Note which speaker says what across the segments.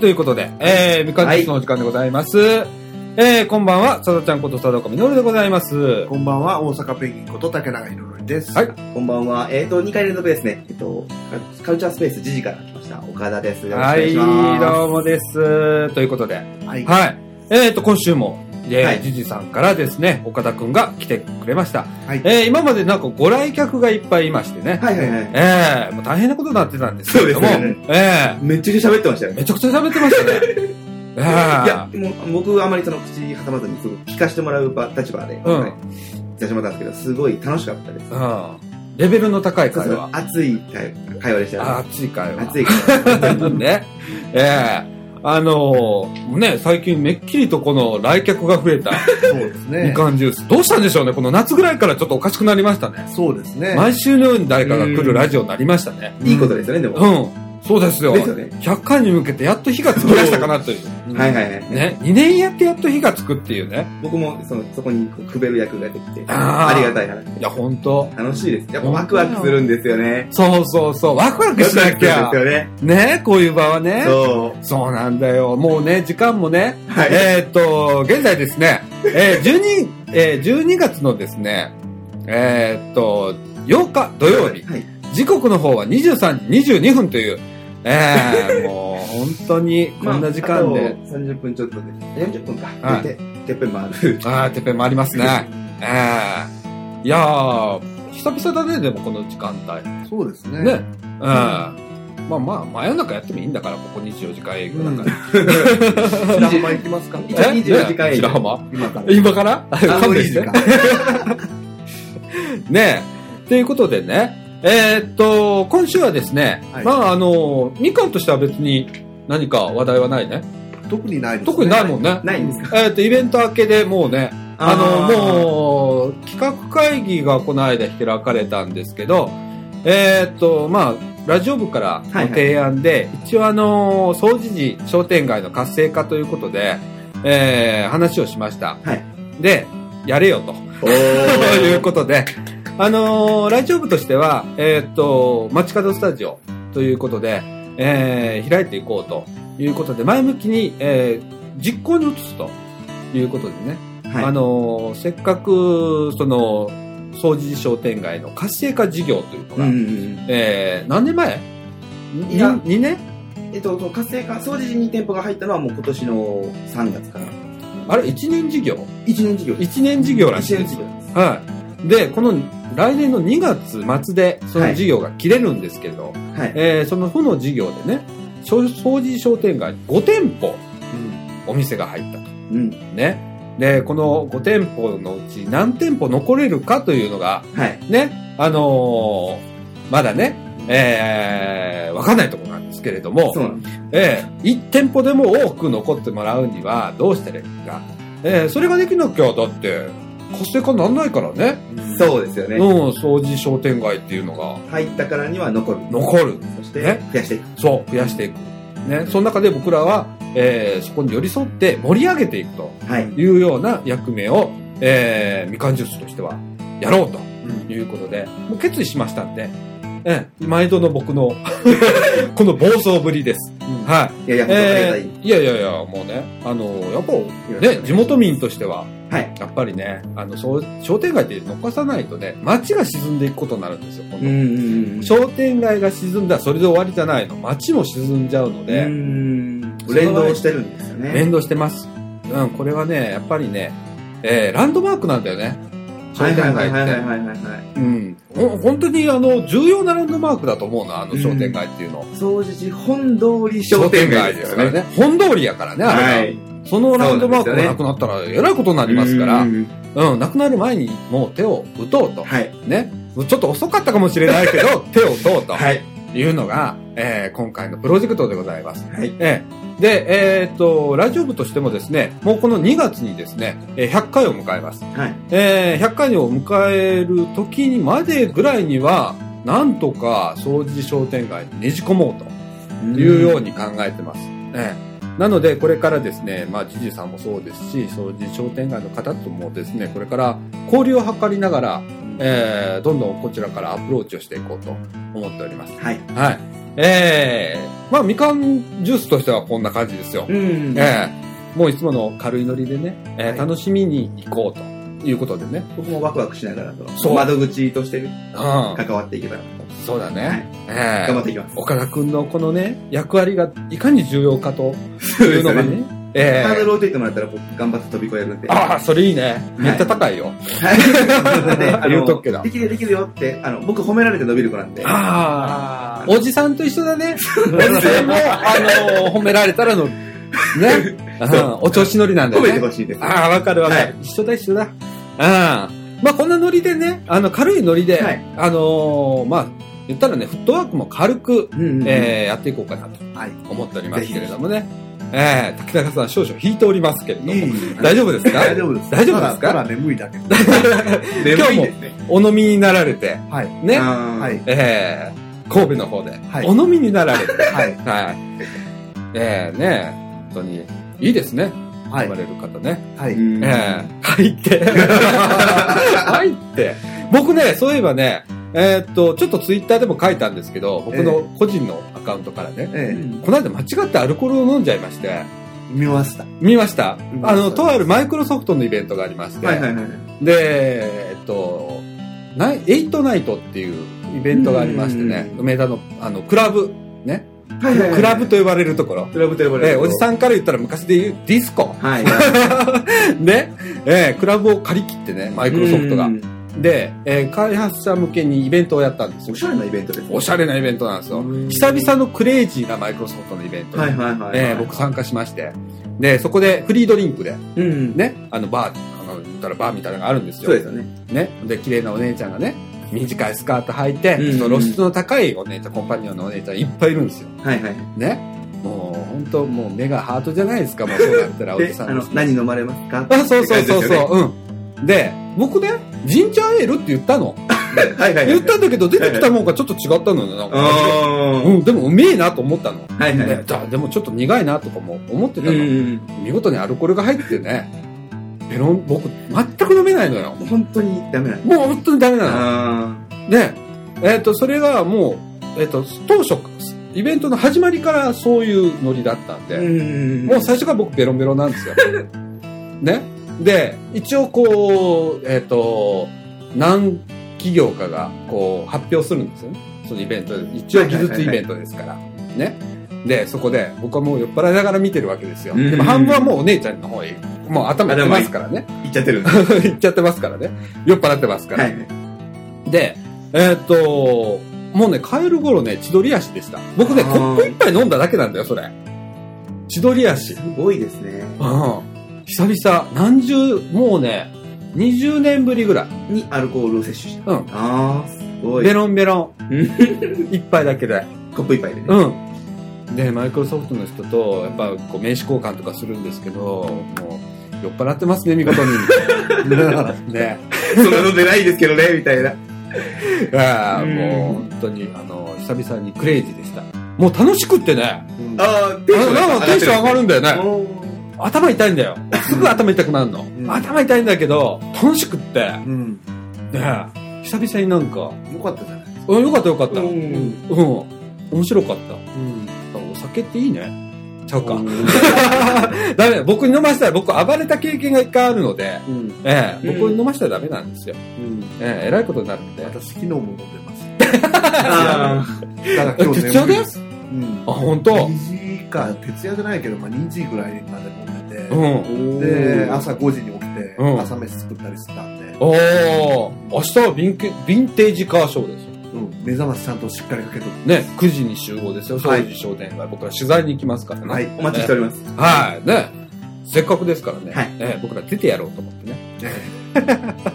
Speaker 1: ということで、えー、みかんジュースのお時間でございます。えー、こんばんは、さだちゃんことさだかみのるでございます。
Speaker 2: こんばんは、大阪ペンギンこと竹永ひろりです。
Speaker 1: はい
Speaker 3: こんばんは。えっ、と、2回連続ですね。えっ、と、カルチャースペース時事から来ました。岡田です。よろしくお
Speaker 1: は
Speaker 3: 願い
Speaker 1: い、
Speaker 3: します。
Speaker 1: どうもです。ということで、
Speaker 2: はい。
Speaker 1: はい。えっ、と、今週も、えー
Speaker 3: はい
Speaker 1: じじさんからですね、岡田くんが来てくれました。
Speaker 2: はい
Speaker 1: えー今までなんかご来客がいっぱいいましてね。
Speaker 3: はいはいはい。
Speaker 1: ええもう大変なことになってたんですけれども、
Speaker 3: そうです
Speaker 1: ええ
Speaker 3: めっちゃくちゃ喋ってましたよね。
Speaker 1: めちゃくちゃ喋ってましたね。ええ
Speaker 3: いや、もう僕あまりその口挟まずにすぐ聞かせてもらう場立場で、
Speaker 1: うん
Speaker 3: はい、出してもらったんですけど、すごい楽しかったです。
Speaker 1: うん。レベルの高い
Speaker 3: そう
Speaker 1: 会
Speaker 3: そう
Speaker 1: 話。
Speaker 3: 熱い会会話でした
Speaker 1: あ
Speaker 3: よね。
Speaker 1: 熱い会話。
Speaker 3: 熱い会話。
Speaker 1: ね。ええあのーね、最近めっきりとこの来客が増えた
Speaker 2: そうです
Speaker 1: み
Speaker 2: ね。
Speaker 1: かんジュース。どうしたんでしょうねこの夏ぐらいからちょっとおかしくなりましたね。
Speaker 2: そうですね。
Speaker 1: 毎週のように誰かが来るラジオになりましたね。
Speaker 3: いいことですよね、でも。
Speaker 1: うん。そうですよ。
Speaker 3: ですよね。
Speaker 1: 100回に向けてやっと火がつきましたかなという。
Speaker 3: はいはいはい。
Speaker 1: ね、2年やってやっと火がつくっていうね。
Speaker 3: 僕もそのそこにこうくべる役ができて、
Speaker 1: あー
Speaker 3: ありがたい話で
Speaker 1: いや、ほんと。
Speaker 3: 楽しいです。やっぱワクワクするんですよね。
Speaker 1: そうそうそう。ワクワクしなき
Speaker 3: ワ
Speaker 1: ゃ
Speaker 3: ク。ワクするんですよね。
Speaker 1: ね、こういう場はね。
Speaker 3: そ
Speaker 1: そうなんだよ。もうね、時間もね。
Speaker 3: う。はい。
Speaker 1: えーっと、現在ですね、えー、12、えー、12月のですね、えーっと、8日土曜日、
Speaker 3: はい。
Speaker 1: 時刻の方は23時22分という、え ー、もう本当にこんな時間で、
Speaker 3: まああと30分ちょっとで。40分か。
Speaker 1: はい
Speaker 3: で、てっぺん回る。
Speaker 1: あー、てっぺん回り ますね。えー、いやー、久々だね、でもこの時間帯。
Speaker 2: そうですね。
Speaker 1: ね。うん。まあまあ、真夜中やってもいいんだから、ここ24時間営業だ から。
Speaker 2: 白浜行きますか
Speaker 3: 一応24時間
Speaker 1: え
Speaker 3: 営
Speaker 1: 白
Speaker 3: 業
Speaker 1: 浜
Speaker 2: 今から。
Speaker 1: 今から
Speaker 2: あ
Speaker 1: 勘弁
Speaker 2: 無理
Speaker 1: し
Speaker 2: 時
Speaker 1: て
Speaker 2: 間。
Speaker 1: ねえ。ということでね、えーっと、今週はですね、
Speaker 2: はい
Speaker 1: まああの、みかんとしては別に何か話題はないね。
Speaker 2: 特にないです、
Speaker 1: 特にないもんね。
Speaker 3: ないんですか
Speaker 1: えーっと、イベント明けでもうね、あの、もう、
Speaker 3: う。
Speaker 1: 企画会議がこの間開かれたんですけど、えーっと、まあ、ラジオ部からの提案で、一応あの、総除時商店街の活性化ということで、えー話をしました。
Speaker 3: はい
Speaker 1: で、やれよと。
Speaker 3: お
Speaker 1: と いう
Speaker 3: ー。
Speaker 1: ことで、あのーラジオ部としては、えーっと、街角スタジオということで、えー開いていこうということで、前向きに、えー実行に移すということでね、
Speaker 3: はい
Speaker 1: あのーせっかく、その、掃除商店街の活性化事業というの
Speaker 3: う
Speaker 1: が、
Speaker 3: んうんうん。
Speaker 1: えー何年前
Speaker 3: いや
Speaker 1: 2, 年
Speaker 3: えっと、その活性化、掃除時に店舗が入ったのはもう今年の3月から。
Speaker 1: あれ ?1 年事業
Speaker 3: 一年事業です。
Speaker 1: ?1 年事業らしい
Speaker 3: 一
Speaker 1: で
Speaker 3: 年
Speaker 1: す
Speaker 3: 事。業です。
Speaker 1: はい。で、この来年の2月末で、その事業が切れるんですけど、
Speaker 3: はい。
Speaker 1: えーその負の事業でね、しょ掃除商店街5店舗お店が入ったと。
Speaker 3: うん。
Speaker 1: ね。で、この5店舗のうち何店舗残れるかというのが、
Speaker 3: はい。
Speaker 1: ね、あのーまだね、えーわかんないところなんですけれども
Speaker 3: そ、うなんです。
Speaker 1: えー、1店舗でも多く残ってもらうにはどうしたらいいか。えーそれができなきゃ、だって、活性化なんないからね。
Speaker 2: そう。
Speaker 3: そうですよ
Speaker 1: う
Speaker 3: ね。
Speaker 1: ん、掃除商店街っていうのが
Speaker 3: 入ったからには残る。
Speaker 1: 残る。
Speaker 3: そして
Speaker 1: ね、
Speaker 3: 増やしていく。
Speaker 1: そう、増やしていく。ね、その中で僕らは、えーそこに寄り添って盛り上げていくと
Speaker 3: はい。
Speaker 1: いうような役目を、えーみかんジュースとしてはやろうと
Speaker 2: うん
Speaker 1: いうことで、もう決意しましたんで、ええ毎度の僕の、 この暴走ぶりです。はい。
Speaker 3: いやいや、本当にありがた
Speaker 1: え
Speaker 3: い。
Speaker 1: ーいやいやいや、もうね、あの、やっぱ、ね、地元民としては、
Speaker 3: はい。
Speaker 1: やっぱりね、あの、そう商店街って残さないとね、街が沈んでいくことになるんですよ、今
Speaker 3: う
Speaker 1: 度
Speaker 3: んうんうん。
Speaker 1: 商店街が沈んだらそれで終わりじゃないの。街も沈んじゃうので、
Speaker 3: うん。連動してるんですよね。
Speaker 1: 連動してます。うん、これはね、やっぱりね、えーランドマークなんだよね。商
Speaker 3: はいは
Speaker 1: 店
Speaker 3: いは
Speaker 1: 街
Speaker 3: いはいはい
Speaker 1: って。
Speaker 3: はいはい。
Speaker 1: うん。ほ本当に、あの、重要なランドマークだと思うな、あの商店街っていうの。
Speaker 3: 掃除時本通り商店街
Speaker 1: 商店街
Speaker 3: ですよね。
Speaker 1: ですからね。本通りやからね、あれは。
Speaker 3: はい。
Speaker 1: そのランドマーク
Speaker 3: そう
Speaker 1: が
Speaker 3: なんですよね
Speaker 1: なくなったら、えらいことになりますから、う
Speaker 3: うんんうん
Speaker 1: なくなる前にもう手を打とうと。
Speaker 3: はい。
Speaker 1: ね。もうちょっと遅かったかもしれないけ ど、手を打とうと。
Speaker 3: はい。
Speaker 1: いうのが、えー今回のプロジェクトでございます。
Speaker 3: はい。
Speaker 1: ええで、えーっと、ラジオ部としてもですね、もうこの2月にですね、えー100回を迎えます。
Speaker 3: はい。
Speaker 1: えー100回を迎える時にまでぐらいには、なんとか掃除商店街にねじ込もうというように考えてます。ええなので、これからですね、まあ、じじさんもそうですし、掃除商店街の方ともですね、これから交流を図りながら、えーどんどんこちらからアプローチをしていこうと思っております。
Speaker 3: はい。
Speaker 1: はい。ええまあ、みかんジュースとしてはこんな感じですよ。
Speaker 3: うん。
Speaker 1: ええもういつもの軽いノリでね、ええ
Speaker 3: はい
Speaker 1: 楽しみに行こうということでね。
Speaker 3: 僕もワクワクしながらと、
Speaker 1: そう
Speaker 3: 窓口としてね
Speaker 1: う
Speaker 3: 関わっていけたら、
Speaker 1: ん。そうだ
Speaker 3: は
Speaker 1: ね
Speaker 3: い。
Speaker 1: ええ
Speaker 3: 頑張っていきます。
Speaker 1: 岡田くんのこのね、役割がいかに重要かと
Speaker 3: そ
Speaker 1: いうのが
Speaker 3: ね
Speaker 1: ね、え
Speaker 3: ハード
Speaker 1: え
Speaker 3: ルを置いといてもらったら僕頑張って飛び越えるんで。
Speaker 1: ああ、それいいね。めっちゃ高いよ。
Speaker 3: はい。であの
Speaker 1: 言うとっけな
Speaker 3: できるできるよって、あの、僕褒められて伸びる子なんで。
Speaker 1: ああ。
Speaker 3: あ
Speaker 1: おじさんと一緒だ ね。おじさんも、あの褒められたらの、ね、うんお調子乗りなんだ
Speaker 3: 褒
Speaker 1: よね
Speaker 3: め。てほしいです。
Speaker 1: ああ、わかるわかる、
Speaker 3: はい
Speaker 1: 一緒だ一緒だ。うん。まあこんなノリでね、あの軽いノリで、
Speaker 3: はい
Speaker 1: あのーまあ言ったらね、フットワークも軽く、
Speaker 3: うんうんうん
Speaker 1: えーやっていこうかなと
Speaker 2: はい。
Speaker 1: 思っておりますけれどもね。えー、滝中さん少々引いておりますけれども。
Speaker 2: いい
Speaker 1: 大丈夫ですか
Speaker 2: 大丈夫です。
Speaker 1: 大丈夫ですか
Speaker 2: ただただ眠い だけ。
Speaker 3: 眠いですね。
Speaker 1: お飲みになられて、
Speaker 2: はい。
Speaker 1: ね、
Speaker 3: は。
Speaker 2: はいい。
Speaker 1: えー、神戸の方で、
Speaker 2: はい
Speaker 1: お飲みになられて、
Speaker 2: はい。
Speaker 1: はい。えー、ね、本当に、いいですね。
Speaker 2: はい
Speaker 1: 生まれる方ね。
Speaker 2: は
Speaker 3: う
Speaker 2: い。
Speaker 3: ん
Speaker 1: ええ入って。入って。僕ね、そういえばね、えーっと、ちょっとツイッターでも書いたんですけど、僕の個人のアカウントからね、
Speaker 3: う
Speaker 2: ええ。
Speaker 3: ん
Speaker 1: この間間違ってアルコールを飲んじゃいまして、
Speaker 2: 見ました。
Speaker 1: 見ました
Speaker 2: 見ま
Speaker 1: あ
Speaker 2: した
Speaker 1: の、とあるマイクロソフトのイベントがありまして、
Speaker 3: はいはいはい。
Speaker 1: で、えーっと、ナイエイトナイトっていうイベントがありましてね、梅田の、あの、クラブ、ね、クラブと呼ばれるところ、
Speaker 3: クラブと呼ばれ
Speaker 1: え
Speaker 3: る。
Speaker 1: ーおじさんから言ったら昔で言うディスコ。
Speaker 3: はい。
Speaker 1: ね、えークラブを借り切ってね、マイクロソフトが
Speaker 3: う。ん。
Speaker 1: で、えー開発者向けにイベントをやったんですよ
Speaker 3: お。しゃれなイベントですね。
Speaker 1: おしゃれなイベントなんですよ。
Speaker 3: うん
Speaker 1: 久々のクレイジーなマイクロソフトのイベントに、
Speaker 3: はいはいはいはい。
Speaker 1: えー僕参加しまして。で、そこでフリードリンクで、
Speaker 3: うん。
Speaker 1: ね、あの、バー、あの、言ったらバーみたいなのがあるんですよ。
Speaker 3: そうですよね。
Speaker 1: ね。で、綺麗なお姉ちゃんがね、短いスカート履いて、
Speaker 3: うん
Speaker 1: その露出の高いお姉ちゃん、コンパニオンのお姉ちゃんいっぱいいるんですよ。
Speaker 3: はいはい。
Speaker 1: ね。もう、本当もう目がハートじゃないですか、もうそうなったらおじ
Speaker 3: で、
Speaker 1: さ
Speaker 3: あ
Speaker 1: ん
Speaker 3: の、何飲まれますか
Speaker 1: あ、そうそうそう
Speaker 3: って感じですよね
Speaker 1: そう。うん。で、僕ね、ジンジャーエールって言ったの。
Speaker 3: はいはいはい。
Speaker 1: 言ったんだけど、出てきたもんがちょっと違ったのよ、なんか。
Speaker 3: あ
Speaker 1: う
Speaker 3: ー
Speaker 1: ん、でもうめえなと思ったの。
Speaker 3: はいはいはい
Speaker 1: で。だでもちょっと苦いなとかも思ってた
Speaker 3: う
Speaker 1: の。
Speaker 3: ん。
Speaker 1: 見事にアルコールが入ってね、ペロン、僕、全く飲めないのよ。
Speaker 3: 本当にダメなんだ。
Speaker 1: もう本当にダメな
Speaker 3: あ
Speaker 1: の。で、えっ、と、それがもう、えっ、と、当初、イベントの始まりからそういうノリだったんで、
Speaker 3: ーうん
Speaker 1: もう最初から僕ベロンベロンなんです よ。ね。で、一応こう、えっ、と、何企業かがこう発表するんですよね。そのイベントで。一応技術イベントですから。ね。で、そこで僕はもう酔っ払いながら見てるわけですよ。
Speaker 3: うん
Speaker 1: でも半分はもうお姉ちゃんの方へ、もう頭やってますからね。
Speaker 3: 行っちゃってるんだ。
Speaker 1: 行っちゃってますからね。酔っ払ってますから。
Speaker 3: はいはい。
Speaker 1: で、えっ、と、もうね、帰る頃ね、千鳥足でした。僕ね、
Speaker 3: あ
Speaker 1: コッ
Speaker 3: ー
Speaker 1: プ一杯飲んだだけなんだよ、それ。千鳥足
Speaker 3: す。ごいですね。
Speaker 1: うん。久々、何十、もうね、20年ぶりぐらい。
Speaker 3: にアルコールを摂取した。
Speaker 1: うん
Speaker 3: ああ、すごい。
Speaker 1: ベロンベロン
Speaker 3: う。
Speaker 1: 一杯だけで。
Speaker 3: コップ一杯でね。
Speaker 1: うん。で、マイクロソフトの人と、やっぱこう名刺交換とかするんですけど、もう、酔っ払ってますね、見事 に。ね。
Speaker 3: そんなのでないですけどね、みたいな。
Speaker 1: ああ、
Speaker 3: うん
Speaker 1: もう本当に、あの、久々にクレイジーでした。もう楽しくってね、
Speaker 2: うん
Speaker 3: ああ、テ
Speaker 1: あなんかテンション上がるんだよね。
Speaker 3: お
Speaker 1: 頭痛いんだよ。すぐ頭痛くなるの。
Speaker 2: ん
Speaker 1: 頭痛いんだけど、楽しくって、ね
Speaker 2: うん。
Speaker 1: 久々になんか、
Speaker 2: よかったじゃないですか。
Speaker 1: うんよかったよかった。
Speaker 3: ー
Speaker 1: うん。面白かった。
Speaker 2: うん。
Speaker 1: お酒っていいね。ちゃうか。 ダメだ。僕に飲ませたら、僕暴れた経験が一回あるので、
Speaker 2: うん。
Speaker 1: ええ
Speaker 3: うん
Speaker 1: 僕に飲ませたらダメなんですよ。
Speaker 2: うん。
Speaker 1: えええらいことになるんで。あ、
Speaker 2: 私、昨日も飲んでます。
Speaker 3: あー
Speaker 2: だから今日
Speaker 1: 徹夜
Speaker 2: 眠い
Speaker 1: で
Speaker 2: です。うん。
Speaker 1: 本当
Speaker 2: 2時か、徹夜じゃないけど、まあ2時ぐらいまで飲
Speaker 1: う
Speaker 2: んでて、
Speaker 1: ん。
Speaker 2: で、朝5時に起きて、
Speaker 1: うん
Speaker 2: 朝飯作ったりしてたんで、
Speaker 1: おー、明日はビンケヴィンテージカーショーですよ。
Speaker 2: うん、目覚ましちゃんとしっかりかけとく。
Speaker 1: ね、9時に集合ですよ、
Speaker 2: は
Speaker 1: 庄
Speaker 2: い
Speaker 1: 司商店街。僕ら取材に行きますからね。
Speaker 2: はい
Speaker 3: お待ちしております。
Speaker 1: はい。ね。せっかくですからね。
Speaker 3: はい
Speaker 1: ええ僕ら出てやろうと思ってね。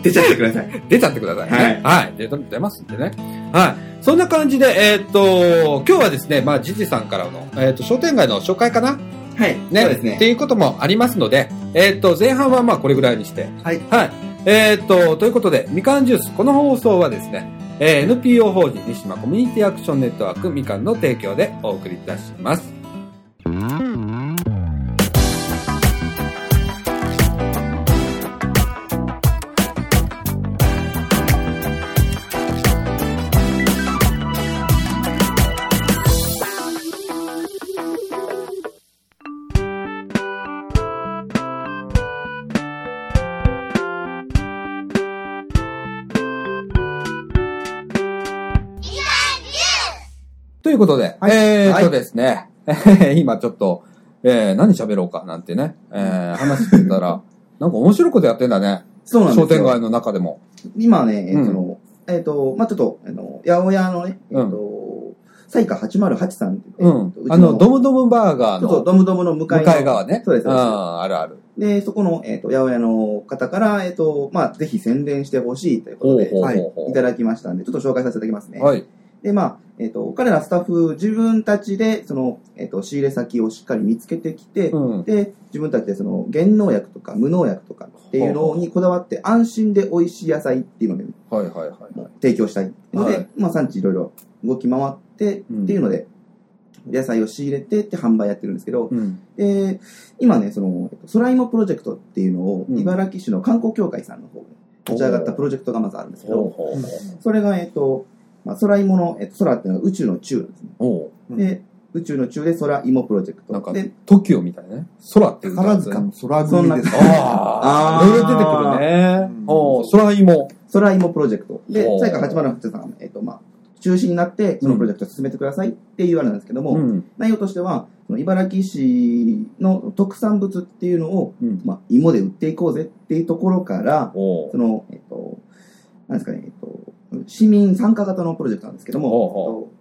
Speaker 3: 出ちゃってください。
Speaker 1: 出ちゃってくださいね。はい。出た出ますんでね。はい。そんな感じで、えーっと、今日はですね、まあ、じじさんからの、えーっと、商店街の紹介かな
Speaker 3: はい。
Speaker 1: ね。
Speaker 3: そうです
Speaker 1: っ
Speaker 3: ね。
Speaker 1: ていうこともありますので、えーっと、前半はまあ、これぐらいにして。
Speaker 2: はい。
Speaker 1: はい。えーっと、ということで、みかんジュース、この放送はですね、えー NPO 法人西島コミュニティアクションネットワークみかんの提供でお送りいたします。ということで、
Speaker 3: はい
Speaker 1: えーっ
Speaker 3: は
Speaker 1: と
Speaker 3: い
Speaker 1: ですね、 今ちょっと、えー、何喋ろうかなんてね、えー、話してた ら、なんか面白いことやってんだね。
Speaker 3: そうなんです
Speaker 1: 商
Speaker 3: よ。
Speaker 1: 店街の中でも。
Speaker 3: 今ね、
Speaker 1: うん
Speaker 3: その、えっ、と、まあ、ちょっと、あの、八百屋のね、えっ、
Speaker 1: うん
Speaker 3: と、彩花808さんっていう
Speaker 1: う
Speaker 3: ね、
Speaker 1: ん
Speaker 3: えっ。と
Speaker 1: あの、ドムドムバーガー
Speaker 3: そうそう、
Speaker 1: の
Speaker 3: ドムドムの向かい
Speaker 1: 向
Speaker 3: の
Speaker 1: かい側ね。
Speaker 3: そうですそうです
Speaker 1: ああるある。
Speaker 3: で、そこの、えっ、と、八百屋の方から、えっ、と、まあ、ぜひ宣伝してほしいということ
Speaker 1: ほう
Speaker 3: で、
Speaker 1: ほう
Speaker 2: はい
Speaker 1: ほうほ
Speaker 3: いただきましたんで、ちょっと紹介させていただきますね。
Speaker 1: う。はい。
Speaker 3: で、まあ、えっ、と、彼らスタッフ、自分たちで、その、えっ、と、仕入れ先をしっかり見つけてきて、
Speaker 1: うん。
Speaker 3: で、自分たちでその、原農薬とか無農薬とかっていう
Speaker 1: ほう
Speaker 3: の
Speaker 1: ほ
Speaker 3: にこだわって、安心で美味しい野菜っていうので、
Speaker 1: はいはいはい。
Speaker 3: 提供したいので、
Speaker 1: はい
Speaker 3: まあ産地いろいろ動き回って、
Speaker 1: うん
Speaker 3: っていうので、野菜を仕入れてって販売やってるんですけど、
Speaker 1: うん。
Speaker 3: で、今ね、その、空芋プロジェクトっていうのを、
Speaker 1: うん
Speaker 3: 茨城市の観光協会さんの方で立ち上がったプロジェクトがまずあるんですけ
Speaker 1: ほう
Speaker 3: ど、
Speaker 1: ほう
Speaker 3: それが、えっと、まあ、空芋の、えっと、空っていうのは宇宙の宙ですね。
Speaker 1: ほう。
Speaker 2: うん
Speaker 3: で、宇宙の宙で空芋プロジェクト。
Speaker 1: なんか
Speaker 3: で、
Speaker 1: トキオみたいね。空って歌
Speaker 2: 宝
Speaker 1: うんです
Speaker 2: 塚
Speaker 1: よね
Speaker 2: の空組ですか
Speaker 1: ああ、
Speaker 3: あー
Speaker 1: いろいろ出てくるね
Speaker 2: うん。
Speaker 1: おー空芋。
Speaker 3: 空芋プロジェクト。で
Speaker 1: ほう、
Speaker 3: 最後808さんが、えっと、まあ、中心になって、そのプロジェクトを進めてくださいっていうあれなんですけども、
Speaker 1: うん。
Speaker 3: 内容としては、その茨城市の特産物っていうのを、
Speaker 1: うん。
Speaker 3: まあ、芋で売っていこうぜっていうところから、
Speaker 1: おー
Speaker 3: その、えっと、なんですかね、えっと、市民参加型のプロジェクトなんですけど
Speaker 1: ほ
Speaker 3: も、えっと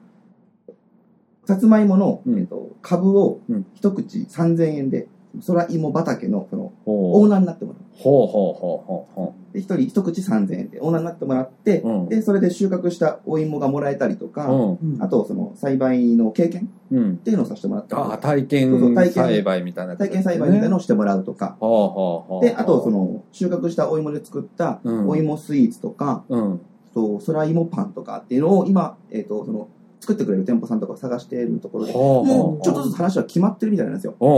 Speaker 3: さつまいもの、
Speaker 1: うん
Speaker 3: えっと、株を
Speaker 1: うん
Speaker 3: 一口3000円で、空芋畑のそのオ
Speaker 1: ほ
Speaker 3: ー
Speaker 1: う。
Speaker 3: ナーになってもらう。
Speaker 1: ほうほうほうほうほ
Speaker 3: で、一人一口3000円でオーナーになってもらって、
Speaker 1: うん
Speaker 3: で、それで収穫したお芋がもらえたりとか、
Speaker 1: う。
Speaker 2: うん
Speaker 3: あと、その、栽培の経験
Speaker 1: うん。うん。
Speaker 3: っていうのをさせてもらったりと
Speaker 1: あ
Speaker 3: か
Speaker 1: あ、体
Speaker 3: そうそう
Speaker 1: 験
Speaker 3: 体験
Speaker 1: 栽培みたいなやつね。
Speaker 3: 体験栽培みたいなのをしてもらうとか、
Speaker 1: ほうほうほう。
Speaker 3: で、あと、その、収穫したお芋で作った、
Speaker 1: うん
Speaker 3: お芋スイーツとか、
Speaker 1: うん。
Speaker 3: そう、空芋パンとかっていうのを、今、えっ、と、その、作ってくれる店舗さんとかを探しているところで、
Speaker 1: ほうほ
Speaker 3: も
Speaker 1: う。
Speaker 3: う、ちょっとずつ話は決まってるみたいなんですよ。
Speaker 1: おうおう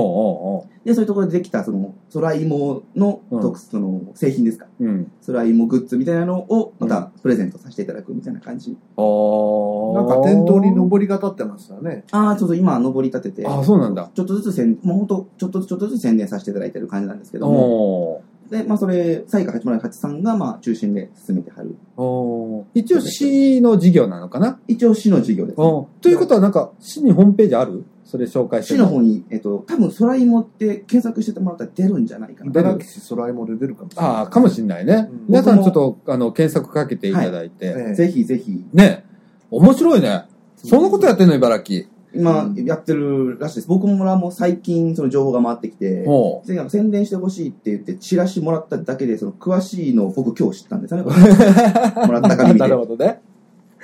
Speaker 1: お
Speaker 3: で、そういうところでできた、その、空芋の
Speaker 1: うん
Speaker 3: 特、その、製品ですか。
Speaker 1: う。うん。
Speaker 3: 空芋グッズみたいなのを、ま
Speaker 1: う
Speaker 3: た、プレゼントさせていただくみたいな感じ。
Speaker 1: お
Speaker 2: なんか店頭に登りが立ってましたね。
Speaker 3: ああ、そうそう、今、登り立てて、
Speaker 1: ああ、そうなんだ。
Speaker 3: ちょっとずつ宣、もうほんと、ちょっとずつ、ちょっとずつ宣伝させていただいてる感じなんですけども、
Speaker 1: おー
Speaker 3: で、まあ、それ、サイカ808さんが、まあ、中心で進めてはる
Speaker 1: おー一応市の事業なのかな
Speaker 3: 一応市の事業です、
Speaker 1: おーということはなんか市にホームページあるそれ紹介して
Speaker 3: 市
Speaker 1: る
Speaker 3: の方に、えっと、多分空芋って検索してもらったら出るんじゃないかな。
Speaker 2: 茨城市空芋で出るかもしれない。
Speaker 1: ああ、かもしれないね
Speaker 2: うん。
Speaker 1: 皆さんちょっと、あの、検索かけていただいて。
Speaker 2: ええ
Speaker 3: ぜひぜひ、
Speaker 1: ね面白いね。そんなことやってんの、茨城。
Speaker 3: 今
Speaker 2: うん
Speaker 3: やってるらしいです。僕もらも最近その情報が回ってきて、
Speaker 1: ほ
Speaker 3: でなんか宣伝してほしいって言って、チラシもらっただけで、その詳しいのを僕今日知ったんです よね。もら
Speaker 1: う。
Speaker 3: った紙で。
Speaker 1: なるほどね。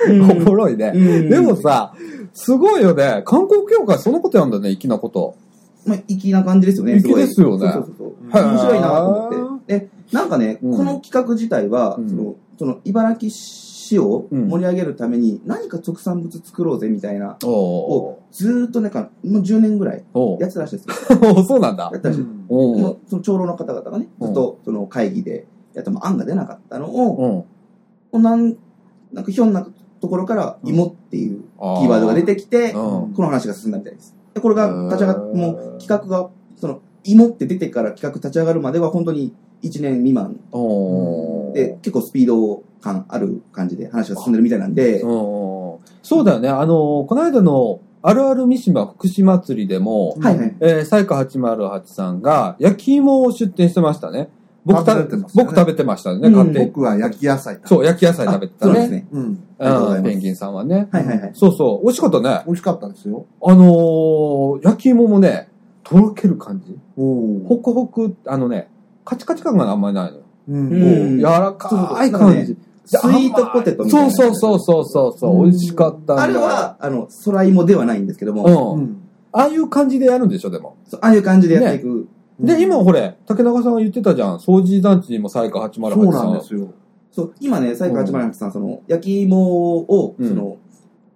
Speaker 3: う
Speaker 1: お
Speaker 3: ん
Speaker 1: もろいね。
Speaker 3: うん
Speaker 1: でも、さ、すごいよね。観光協会そんなことやんだね、粋なこと。
Speaker 3: まあ、粋な感じですよね。
Speaker 1: 粋ですよね
Speaker 3: そうそうそうそう
Speaker 2: うん
Speaker 3: 面白いなと思って。で、なんかね、
Speaker 1: うん
Speaker 3: この企画自体は、
Speaker 1: うん
Speaker 3: その、その、茨城市を盛り上げるために、何か特産物作ろうぜみたいな、
Speaker 1: おお
Speaker 3: をずーっとね、かもう10年ぐらい
Speaker 1: ー。お
Speaker 3: やってたらしいですよ。
Speaker 1: お。 そうなんだ
Speaker 3: や。って
Speaker 2: う
Speaker 3: たらしいです。
Speaker 2: ん
Speaker 1: お
Speaker 3: も
Speaker 1: お。
Speaker 3: うその長老の方々がね、
Speaker 1: うん
Speaker 3: ずっとその会議でやっても案が出なかったのを、も
Speaker 1: うん。
Speaker 3: うなんなんかひょんなところから
Speaker 1: うん
Speaker 3: 芋っていう
Speaker 1: キ
Speaker 3: キーワードが出てきて、
Speaker 1: う
Speaker 3: こ
Speaker 1: ん。
Speaker 3: の話が進んだみたいです。でこれが立ち上が
Speaker 1: へ
Speaker 3: っ
Speaker 1: ー
Speaker 3: もう企画が、その芋って出てから企画立ち上がるまでは本当に1年未満
Speaker 1: おお。
Speaker 3: で、結構スピード感ある感じで話が進んでるみたいなんで、
Speaker 1: うん。そうだよね。あの、この間の、あるある三島福祉祭りでも、
Speaker 3: はいはい。
Speaker 1: えー、サイカ808さんが、焼き芋を出店してましたね。僕た
Speaker 2: 食べてましたね
Speaker 1: 僕食べてましたね、買って。
Speaker 2: 僕は焼き野菜。
Speaker 1: そう、焼き野菜食べてた
Speaker 3: そうで
Speaker 1: ね。
Speaker 3: すね。
Speaker 2: うん。
Speaker 1: う
Speaker 3: ありがとうござい
Speaker 1: ん、
Speaker 3: ます
Speaker 1: ペンギンさんはね。
Speaker 3: はいはいはい。
Speaker 1: そうそう、美味しかったね。
Speaker 2: 美味しかったですよ。
Speaker 1: あのー、焼き芋もね、とろける感じ。
Speaker 2: おお。
Speaker 1: ホクホク、あのね、カチカチ感があんまりないのよ。
Speaker 2: う。
Speaker 3: うん
Speaker 1: こう柔らかい感じ。
Speaker 3: スイートポテトみたい
Speaker 1: そ
Speaker 3: な。
Speaker 1: うそうそうそうそうそう、
Speaker 2: うん
Speaker 1: 美味しかったんだ
Speaker 3: あれ、は、あの、空芋ではないんですけども、
Speaker 1: う。
Speaker 2: うんん
Speaker 1: ああいう感じでやるんでしょ、でも。
Speaker 3: そうああいう感じでやっていく。
Speaker 1: で、今、ほれ、竹中さんが言ってたじゃん。掃除団地にもサイカ808さん。
Speaker 2: そうなんですよ。
Speaker 3: そう、今ね、最後八村さん、その、焼き芋を、
Speaker 1: うん
Speaker 3: その、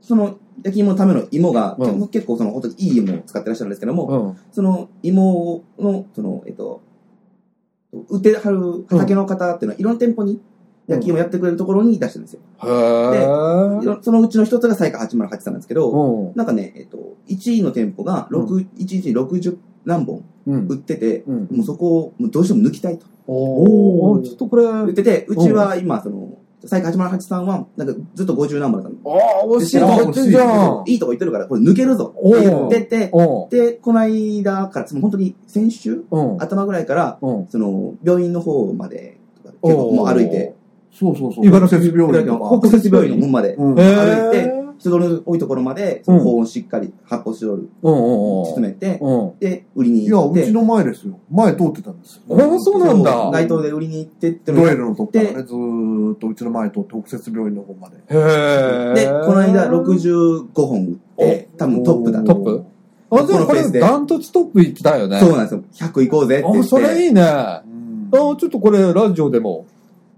Speaker 3: その、焼き芋のための芋が、
Speaker 1: うん
Speaker 3: 結構その、本当にいい芋を使ってらっしゃるんですけども、
Speaker 1: うん。
Speaker 3: その芋の、その、えっと、売ってはる畑の方っていうのは、いろんな店舗に、焼き芋やってくれるところに出してるんですよ。
Speaker 1: へぇ
Speaker 3: いろそのうちの一つが最下808さんなんですけど、
Speaker 1: うん。
Speaker 3: なんかね、えっと、1位の店舗が6、1日に60何本
Speaker 1: うん
Speaker 3: 売ってて、
Speaker 1: うん。
Speaker 3: もうそこをもうどうしても抜きたいと
Speaker 1: おーおーちょっとこれ、
Speaker 3: 言ってて、うちは今、その、最下808さんは、なんかずっと50何本だったの。
Speaker 1: ああ、惜しいと
Speaker 3: で
Speaker 1: こ言
Speaker 3: も
Speaker 1: ってんじゃん。
Speaker 3: いいとこ言ってるから、これ抜けるぞ
Speaker 1: おう
Speaker 3: って言ってて、
Speaker 1: お
Speaker 3: で、この間から、もう本当に先週
Speaker 1: うん。
Speaker 3: 頭ぐらいから、
Speaker 1: うん。
Speaker 3: その、病院の方まで、とか結構もう歩いて、
Speaker 2: そうそうそう。
Speaker 1: 茨城
Speaker 2: 設病院とか。
Speaker 3: 国設病院の門まで、
Speaker 2: うん。
Speaker 3: 歩いて
Speaker 1: えー
Speaker 3: 人通りの多いところまで、そ
Speaker 1: うん
Speaker 3: の保温しっかり発泡スチロール
Speaker 1: うん
Speaker 3: 包めて、
Speaker 1: うんうん。うん。
Speaker 3: で、売りに
Speaker 2: いや、
Speaker 3: 行っ
Speaker 2: う
Speaker 3: て
Speaker 2: ち、の前ですよ。前通ってたんですよ。
Speaker 1: ああ、そうなん
Speaker 3: そう
Speaker 1: だ。
Speaker 3: 街頭で売りに行ってっての
Speaker 2: ド
Speaker 3: が
Speaker 2: エルのとこからね、ずーっとうちの前と特設病院の方まで。
Speaker 1: へえ。
Speaker 3: で、この間。65本売って、多分トップだ
Speaker 1: ト
Speaker 3: と。
Speaker 1: ップあ、でもこ
Speaker 3: このペー
Speaker 1: れ
Speaker 3: スで
Speaker 1: ダントツトップ行ったよね。
Speaker 3: そうなんですよ。100行こうぜって
Speaker 1: あ、
Speaker 3: 言って。
Speaker 1: それいいね。あ
Speaker 2: うん
Speaker 1: ちょっとこれラジオでも、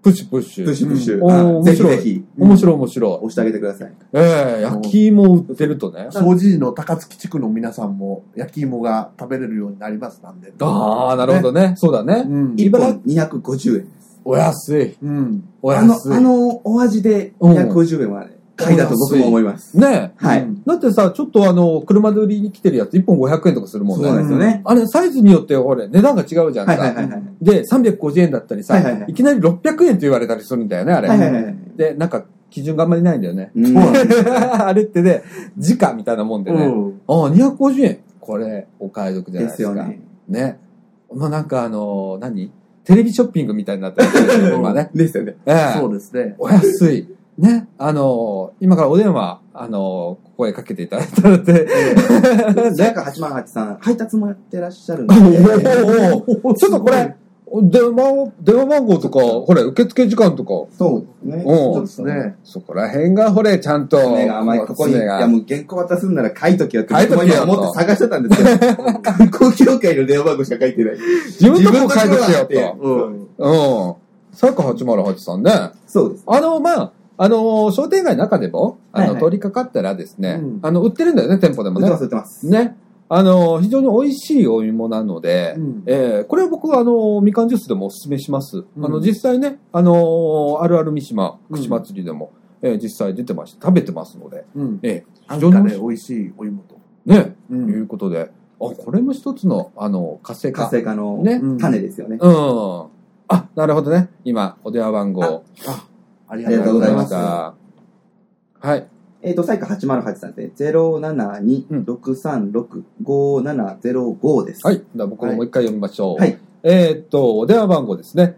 Speaker 1: プッシュプッシ
Speaker 3: プッ
Speaker 1: ュ。
Speaker 3: シュプッシュ。
Speaker 1: うんおー
Speaker 3: あぜ
Speaker 1: 面
Speaker 3: ひ
Speaker 1: 白い
Speaker 3: ぜひ、
Speaker 1: 面白い面白い。
Speaker 3: 押してあげてください。
Speaker 1: ええ、焼き芋売ってるとね。
Speaker 2: 掃除時の高槻地区の皆さんも焼き芋が食べれるようになりますなんで。
Speaker 1: ああ、なるほどね。そうだね。
Speaker 2: うん。
Speaker 3: 1
Speaker 1: 茨
Speaker 3: 本250円。
Speaker 1: お安い。
Speaker 2: うん。
Speaker 1: お
Speaker 3: あの、
Speaker 1: 安
Speaker 3: あ
Speaker 1: い。
Speaker 3: の、お味で250円はね、買いだと僕も思います。
Speaker 1: ねえ。
Speaker 3: は
Speaker 2: う
Speaker 3: い。
Speaker 2: ん
Speaker 1: だってさ、ちょっとあの、車で売りに来てるやつ1本500円とかするもん
Speaker 3: そうなん
Speaker 1: ね。
Speaker 3: ですよね。
Speaker 1: あれ、サイズによって、ほれ、値段が違うじゃん
Speaker 3: はいはい
Speaker 1: か。
Speaker 3: はいはい。
Speaker 1: で、350円だったりさ、
Speaker 3: はいはいはい
Speaker 1: いきなり600円って言われたりするんだよね、あれ。
Speaker 3: はいはいはいはい。
Speaker 1: で、なんか、基準があんまりないんだよね。
Speaker 3: うん
Speaker 2: そう
Speaker 1: あれってね、時価みたいなもんでね。
Speaker 2: うん
Speaker 1: ああ、250円。これ、お買い得じゃない
Speaker 3: で
Speaker 1: ですす
Speaker 3: よ
Speaker 1: か。
Speaker 3: ね。。
Speaker 1: ね。まあ、なんかあのー何テレビショッピングみたいになってるんですよ、今ね
Speaker 3: ですよね。
Speaker 1: ええ
Speaker 2: そうで すね。
Speaker 1: お安い。ね。あのー今からお電話、あのー声かけていただいたらって。
Speaker 3: 早川八万八さん、配達もやってらっしゃるん
Speaker 1: お
Speaker 3: で。
Speaker 1: ーおーおーちょっとこれ、電話、電話番号とか、ほれ、受付時間とか、
Speaker 3: そうですね。
Speaker 1: おう
Speaker 2: そうですね。
Speaker 1: そこら辺が、ほれ、ちゃんと。
Speaker 3: 爪が甘い、ここに、い
Speaker 1: 爪が
Speaker 3: やもう原稿渡すんなら書いときよって、
Speaker 1: 書いとけよと
Speaker 3: 思って探してたんですけど、 観光協会の電話番号しか書いてない。
Speaker 1: 自分のとこ書いてき
Speaker 3: 自分のとこ
Speaker 1: て
Speaker 3: だ
Speaker 1: よ
Speaker 3: っ
Speaker 1: と。
Speaker 2: うん。
Speaker 1: うん。サッカー808さんね。
Speaker 3: そうです。
Speaker 1: あの、まあ、あの、商店街の中でも、あの、
Speaker 3: はいはい
Speaker 1: 通りかかったらですね、
Speaker 2: うん
Speaker 1: あの、売ってるんだよね、店舗でも
Speaker 3: 売って
Speaker 1: ね
Speaker 3: ま。す、売ってます。
Speaker 1: ね。あの、非常に美味しいお芋なので、
Speaker 2: うん
Speaker 1: えーこれは僕はあの、みかんジュースでもお勧めします。
Speaker 2: うん
Speaker 1: あの、実際ね、あの、あるある三島、
Speaker 2: うん
Speaker 1: 串祭りでも、えー実際出てました。食べてますので、
Speaker 2: うん。
Speaker 1: えー
Speaker 2: 安
Speaker 1: 非常に
Speaker 2: 価
Speaker 1: 美味
Speaker 2: で
Speaker 1: しい
Speaker 2: 美味しいお芋と。
Speaker 1: ね、
Speaker 2: う
Speaker 1: とい。うことで、あ、これも一つの、あの、活性化。
Speaker 3: 活性化の
Speaker 1: ね
Speaker 2: うん
Speaker 3: 種ですよね。
Speaker 1: うん。あ、なるほどね。今、お電話番号を。
Speaker 2: あり
Speaker 3: ありがとうございます
Speaker 1: ありがとうございました。はい。
Speaker 3: えっと、最下808さんで、072-636-5705です。
Speaker 1: はい。。では僕ももう一回読みましょう。
Speaker 3: はい
Speaker 1: えーっと、お電話番号ですね。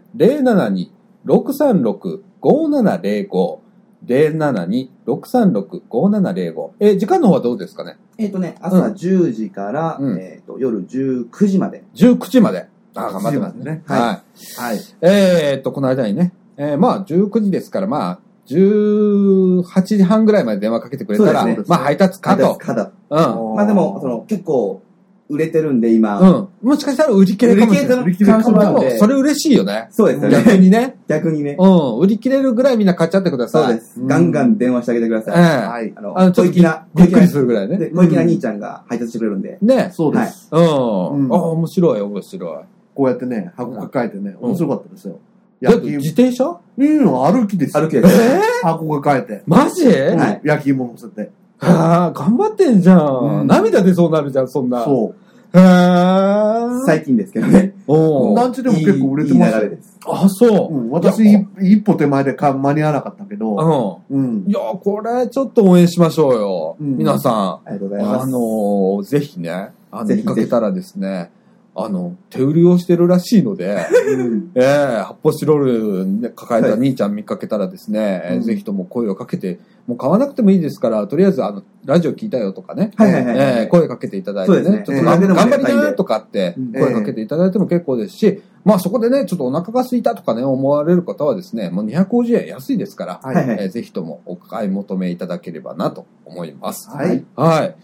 Speaker 1: 072-636-5705。072-636-5705。えー時間の方はどうですかね
Speaker 3: えっとね、朝10時から
Speaker 1: う、ん
Speaker 3: えっと、夜19時まで。
Speaker 1: ?19 時まで。あ、頑張ってます
Speaker 2: 19時まで
Speaker 1: ね
Speaker 2: ね。
Speaker 1: はい。
Speaker 2: はい。
Speaker 1: えーっと、この間にね、えーまあ、19時ですから、まあ、18時半ぐらいまで電話かけてくれたら、
Speaker 3: そうです
Speaker 2: ね
Speaker 1: まあ、配達かと。
Speaker 3: かだ。
Speaker 1: うん。
Speaker 3: まあでも、その、結構、売れてるんで、
Speaker 1: う
Speaker 3: 今。
Speaker 1: ん。もしかしたら売り切れるかもしれない。
Speaker 3: 売り切れかも
Speaker 1: で
Speaker 3: なの
Speaker 1: も
Speaker 3: で、
Speaker 1: それ嬉しいよね。
Speaker 3: そうですよ
Speaker 1: 逆
Speaker 3: ね。
Speaker 1: にね。
Speaker 3: 逆にね。
Speaker 1: うん、売り切れるぐらいみんな買っちゃってください。
Speaker 3: そうです。
Speaker 2: うん
Speaker 3: ガンガン電話してあげてくだ
Speaker 1: ええ
Speaker 3: さい。
Speaker 2: はい。
Speaker 3: あの
Speaker 1: あの、
Speaker 3: 小粋な、
Speaker 1: びっくりするぐらいね。
Speaker 3: で小粋な兄ちゃんが配達してくれるんで。
Speaker 1: ね。
Speaker 2: そうです。
Speaker 1: うん。
Speaker 2: うん
Speaker 1: ああ、面白い、面白い。
Speaker 2: こうやってね、箱抱えてね、
Speaker 1: うん
Speaker 2: 面白かったですよ。
Speaker 1: だっ
Speaker 2: 焼
Speaker 1: て
Speaker 2: き芋
Speaker 1: 自。転車
Speaker 2: うん、歩きですよ。
Speaker 3: 歩きで
Speaker 1: え
Speaker 3: す。
Speaker 1: え
Speaker 2: 箱抱えて。
Speaker 1: マジ
Speaker 2: うん
Speaker 3: はい
Speaker 2: 焼き芋乗せて。
Speaker 1: ああ、頑張ってんじゃん。
Speaker 2: うん
Speaker 1: 涙出そうになるじゃん、そんな。う。
Speaker 2: そう。
Speaker 1: へえ。
Speaker 3: 最近ですけどね。
Speaker 1: おう
Speaker 2: 団地でも結構売れてま
Speaker 3: いいいい
Speaker 2: した
Speaker 3: 流れ
Speaker 2: よ。
Speaker 3: です。
Speaker 1: あ、そうう。
Speaker 2: ん、私、
Speaker 1: いや
Speaker 2: い一歩手前でか間に合わなかったけど、
Speaker 1: う
Speaker 2: うん
Speaker 1: ん。い。や、これ、ちょっと応援しましょうよ。
Speaker 2: うん
Speaker 1: 皆さん。
Speaker 3: ありがとうございます。
Speaker 1: あのー、ぜひね、あの、
Speaker 3: ぜひぜ
Speaker 1: 見か
Speaker 3: ひ
Speaker 1: けたらですね、あの、手売りをしてるらしいので、
Speaker 2: うん
Speaker 1: ええ発泡スチロール抱えた兄ちゃん見かけたらですね、えー
Speaker 2: うん
Speaker 1: ぜひとも声をかけて、もう買わなくてもいいですから、とりあえず、あの、ラジオ聞いたよとかね、
Speaker 3: はいはいはいはい
Speaker 1: えー声かけていただいてね、
Speaker 3: そうです
Speaker 1: ちょ
Speaker 3: ね
Speaker 1: っとが
Speaker 3: えー
Speaker 1: 頑張りなとかって
Speaker 3: うん、
Speaker 1: 声かけていただいても結構ですし、まあそこでね、ちょっとお腹が空いたとかね、思われる方はですね、もう250円安いですから、
Speaker 2: は
Speaker 3: はいはい
Speaker 1: えーぜひともお買い求めいただければなと思います。
Speaker 2: はい。はい。
Speaker 1: はい。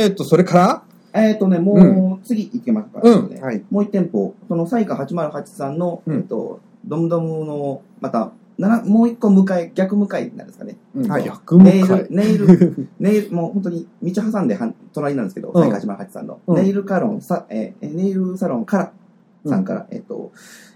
Speaker 1: えー、っと、それから、
Speaker 3: えっ、とね、もう、次行きますから、
Speaker 1: うん
Speaker 3: ね
Speaker 2: はい。
Speaker 3: もう一店舗、その、彩花808さんの、
Speaker 1: うん
Speaker 3: えっ、と、ドムドムの、また、ならもう一個向かい、逆向かいになるんですかね。
Speaker 1: うん
Speaker 2: はい
Speaker 1: 逆向
Speaker 3: ネイ
Speaker 1: か
Speaker 3: ル
Speaker 1: い、。
Speaker 3: ネイル、 ネイル、もう本当に道挟んではん隣なんですけど、
Speaker 1: うん
Speaker 3: 彩花808さんの、
Speaker 1: うん
Speaker 3: ネイルカロン、さえーネイルサロンから、さんから、えっ、と、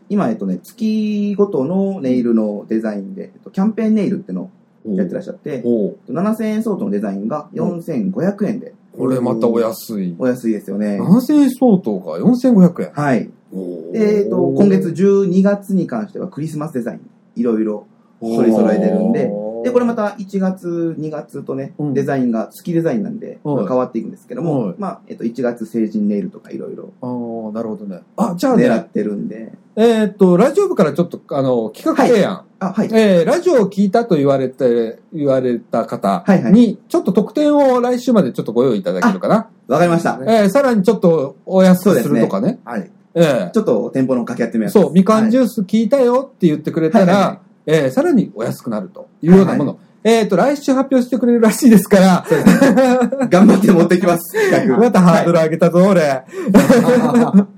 Speaker 3: 今、えっとね、月ごとのネイルのデザインで、えっと、キャンペーンネイルってのをやってらっしゃって、
Speaker 1: おう
Speaker 3: 7000円相当のデザインが4500円で
Speaker 1: これまたお安い。
Speaker 3: お安いですよね。
Speaker 1: 7000円相当か、4500円。
Speaker 3: はい。
Speaker 1: おー
Speaker 3: でえっ、と、今月12月に関してはクリスマスデザイン、いろいろ取り揃えてるんで
Speaker 1: おー
Speaker 3: で、これまた1月、2月とね、
Speaker 1: うん
Speaker 3: デザインが月デザインなんで、
Speaker 1: はい
Speaker 3: 変わっていくんですけども、
Speaker 1: はい
Speaker 3: まあ、えっと、1月成人ネイルとかいろいろ
Speaker 1: ああ、なるほどね。あ、じゃあ
Speaker 3: 狙
Speaker 1: ね、
Speaker 3: ってるんで、
Speaker 1: えーっと、ラジオ部からちょっと、あの、企画提案。
Speaker 3: あ、はい。
Speaker 1: えーラジオを聞いたと言われて、言われた方
Speaker 3: はいは
Speaker 1: に、ちょっと特典を来週までちょっとご用意いただけるかな。
Speaker 3: わかりました。
Speaker 2: ね
Speaker 1: えーさらにちょっとお安くするとかね。
Speaker 2: はい。
Speaker 1: え
Speaker 3: ちょっと店舗の掛け合ってみ
Speaker 1: ー
Speaker 3: ます。
Speaker 1: そう、みかんジュース聞いたよって言ってくれた
Speaker 3: はいはいは
Speaker 1: ら、えーさらにお安くなるというようなもの。えーっと、来週発表してくれるらしいですから、
Speaker 3: 頑張って持って きます。企画
Speaker 1: またハードル上げたぞ、俺。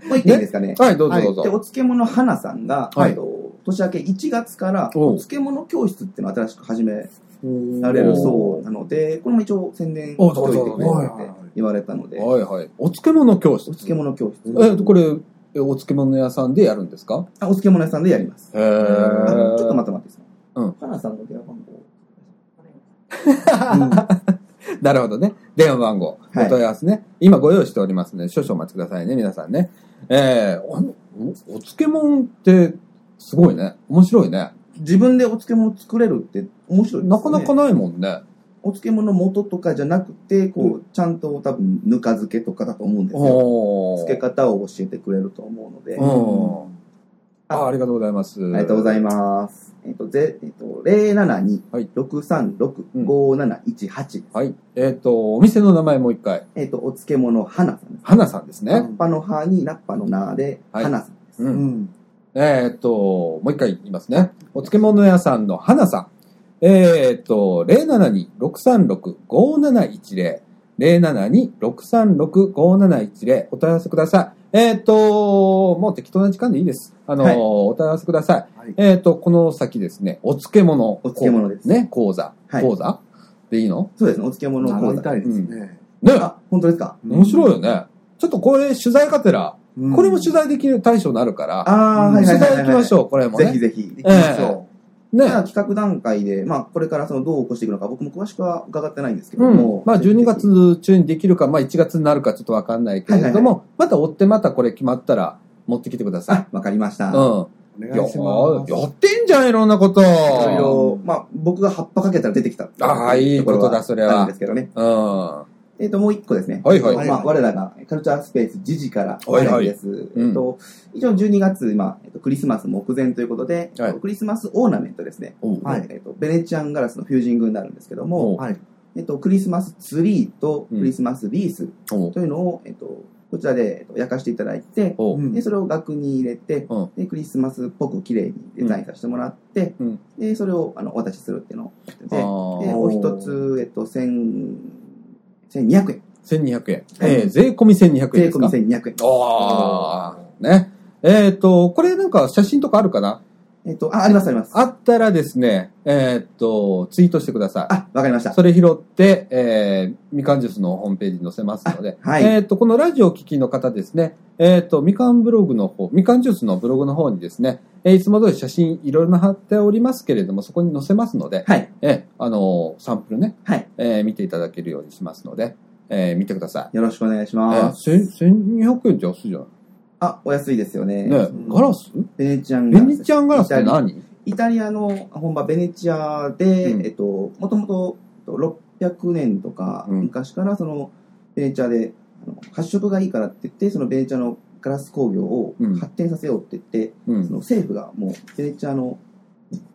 Speaker 3: もう一点いいですかね。
Speaker 1: はい、どうぞどう
Speaker 3: で、お
Speaker 1: ぞ。
Speaker 3: 漬物花さんが、
Speaker 1: はい
Speaker 3: えっと年明け1月から、
Speaker 1: おう
Speaker 3: お漬物教室っていうのを新しく始め
Speaker 2: な
Speaker 3: られるそうなので、これも一応宣伝して
Speaker 1: おう
Speaker 3: おいてくれ
Speaker 1: そうそうそう
Speaker 2: はいはい
Speaker 3: って言われたので、お
Speaker 1: はいはい。お漬物教室。
Speaker 3: 漬物教室。
Speaker 1: えーっと、これ、えお漬物屋さんでやるんですか
Speaker 3: あお漬物屋さんでやります。
Speaker 1: へ
Speaker 3: あちょっと
Speaker 1: ー。
Speaker 3: 待って待って
Speaker 1: うん。
Speaker 3: 花さんの電話番号。
Speaker 1: なるほどね。電話番号、
Speaker 3: はい
Speaker 1: お問い合わせね。今ご用意しておりますので、少々お待ちくださいね、皆さんね。えー、おおお漬物って、すごいね。面白いね。
Speaker 3: 自分でお漬物作れるって面白いですね。
Speaker 1: なかなかないもんね。
Speaker 3: お漬物元とかじゃなくて、こう、ちゃんと多分、ぬか漬けとかだと思うんですよ。
Speaker 1: おー
Speaker 3: 漬け方を教えてくれると思うので。
Speaker 1: う
Speaker 3: あ
Speaker 1: ん。あありがとうございます。あ
Speaker 3: りがとうございます。えっと、ぜ、えっと、072、
Speaker 1: はい
Speaker 3: 636-5718。
Speaker 1: す。はい。えっ、と、お店の名前もう一回。
Speaker 3: えっと、お漬物花さんです。
Speaker 1: 花さんです
Speaker 3: 葉
Speaker 1: ね。
Speaker 3: っぱの葉に、ラッパのなで、
Speaker 1: はい
Speaker 3: 花さん。
Speaker 1: う。
Speaker 2: うんん。
Speaker 1: えっ、と、もう一回言いますね。お漬物屋さんの花さん。えっ、と、072-636-5710。072-636-5710。お問い合わせください。えっ、と、もう適当な時間でいいです。あの、
Speaker 3: はい
Speaker 1: お問い合わせください。
Speaker 2: はい
Speaker 1: えっ、と、この先ですね、お漬物。
Speaker 3: お漬物です
Speaker 1: ね、講座。
Speaker 3: はい
Speaker 1: 講座でいいの
Speaker 3: そうですね、お漬物
Speaker 2: 習
Speaker 3: 講
Speaker 2: い
Speaker 3: 座。
Speaker 2: たいですね。
Speaker 1: ね
Speaker 3: あ、本当ですか
Speaker 1: 面白いよね。ちょっとこれ取材がてら、
Speaker 2: うん
Speaker 1: これも取材できる対象になるから、
Speaker 3: あー、はいは
Speaker 1: 取
Speaker 3: いはい
Speaker 1: 材
Speaker 3: はい。
Speaker 1: 行きましょう、これも
Speaker 3: ぜひ
Speaker 1: ね。
Speaker 3: ぜひ。
Speaker 2: 行きましょ
Speaker 1: ね
Speaker 3: じゃあ企画段階で、まあ、これからそのどう起こしていくのか、僕も詳しくは伺ってないんですけど
Speaker 1: うん
Speaker 3: も。、
Speaker 1: まあ12
Speaker 3: ぜ
Speaker 1: 月中にできるか、まあ1月になるかちょっとわかんないけれども、また追ってまたこれ決まったら持ってきてくだ
Speaker 3: ひぜ
Speaker 1: さ
Speaker 3: ひ。あ、わかりまし
Speaker 1: い。
Speaker 3: た。
Speaker 1: うん。よ
Speaker 2: う。お
Speaker 1: や
Speaker 2: 願いします。
Speaker 1: ってんじゃん、いろんなこと。
Speaker 3: いろい
Speaker 1: うん。
Speaker 3: ろ、まあ、僕が葉っぱかけたら出てきたってう
Speaker 1: あーいいことだそれは
Speaker 3: あるんですけどね。
Speaker 1: は
Speaker 3: えっ、と、もう一個ですね。
Speaker 1: はいはい
Speaker 3: えっとまあ、我らがカルチャースペース時事から
Speaker 1: はいはい
Speaker 3: です。えっと、一応12月、今、えっと、クリスマス目前ということで、
Speaker 1: はい
Speaker 3: えっとクリスマスオーナメントですね。
Speaker 2: はい
Speaker 3: えっと、ベネチアンガラスのフュージングになるんですけども、
Speaker 1: も
Speaker 2: はい。
Speaker 3: えっと、クリスマスツリーとクリスマスリース
Speaker 1: う、おう
Speaker 3: というのを、えっと、こちらでえっと焼かせていただいて、
Speaker 1: おう
Speaker 2: うん
Speaker 3: で、それを額に入れて、
Speaker 1: うん
Speaker 3: で、クリスマスっぽく綺麗にデザインさせてもらって、
Speaker 1: うん
Speaker 3: で、それをあのお渡しするっていうのをやってて、
Speaker 1: あ
Speaker 3: で、
Speaker 1: ー
Speaker 3: お一つ、えっと、千、千二百円。
Speaker 1: 1200円。えー税込み1200円
Speaker 3: 税
Speaker 1: です
Speaker 3: 込
Speaker 1: か
Speaker 3: み千二百円。
Speaker 1: ああ、ね。えっ、と、これなんか写真とかあるかな
Speaker 3: えっと、あ、ありますあります。
Speaker 1: あったらですね、えっ、と、ツイートしてください。
Speaker 3: あ、わかりました。
Speaker 1: それ拾って、えー、みかんジュースのホームページに載せますので、
Speaker 3: はい
Speaker 1: えっ、と、このラジオを聴きの方ですね、えっ、と、みかんブログの方、みかんジュースのブログの方にですね、えーいつも通り写真いろいろ貼っておりますけれども、そこに載せますので、
Speaker 3: はい。
Speaker 1: えーあのーサンプルね、
Speaker 3: はい。
Speaker 1: えー見ていただけるようにしますので、えー見てください。
Speaker 3: よろしくお願いし
Speaker 1: えー、
Speaker 3: ます。
Speaker 1: 1200円って安いじゃな
Speaker 3: あ、お安いですよね。
Speaker 1: いね
Speaker 3: う、ん
Speaker 1: ガラス
Speaker 3: ベネチアンガ
Speaker 1: ベ
Speaker 3: ラ
Speaker 1: ニ
Speaker 3: ス。
Speaker 1: チャンガラスって何
Speaker 3: イタリアの本場ベネチアで、
Speaker 1: うん
Speaker 3: えっと、もともと600年とか、
Speaker 1: うん
Speaker 3: 昔からその、ベネチアで、あの発色がいいからって言って、そのベネチアのガラス工業を
Speaker 1: うん
Speaker 3: 発展させようって言って、
Speaker 1: う
Speaker 3: そ
Speaker 1: ん。
Speaker 3: の政府がもうベネチアの、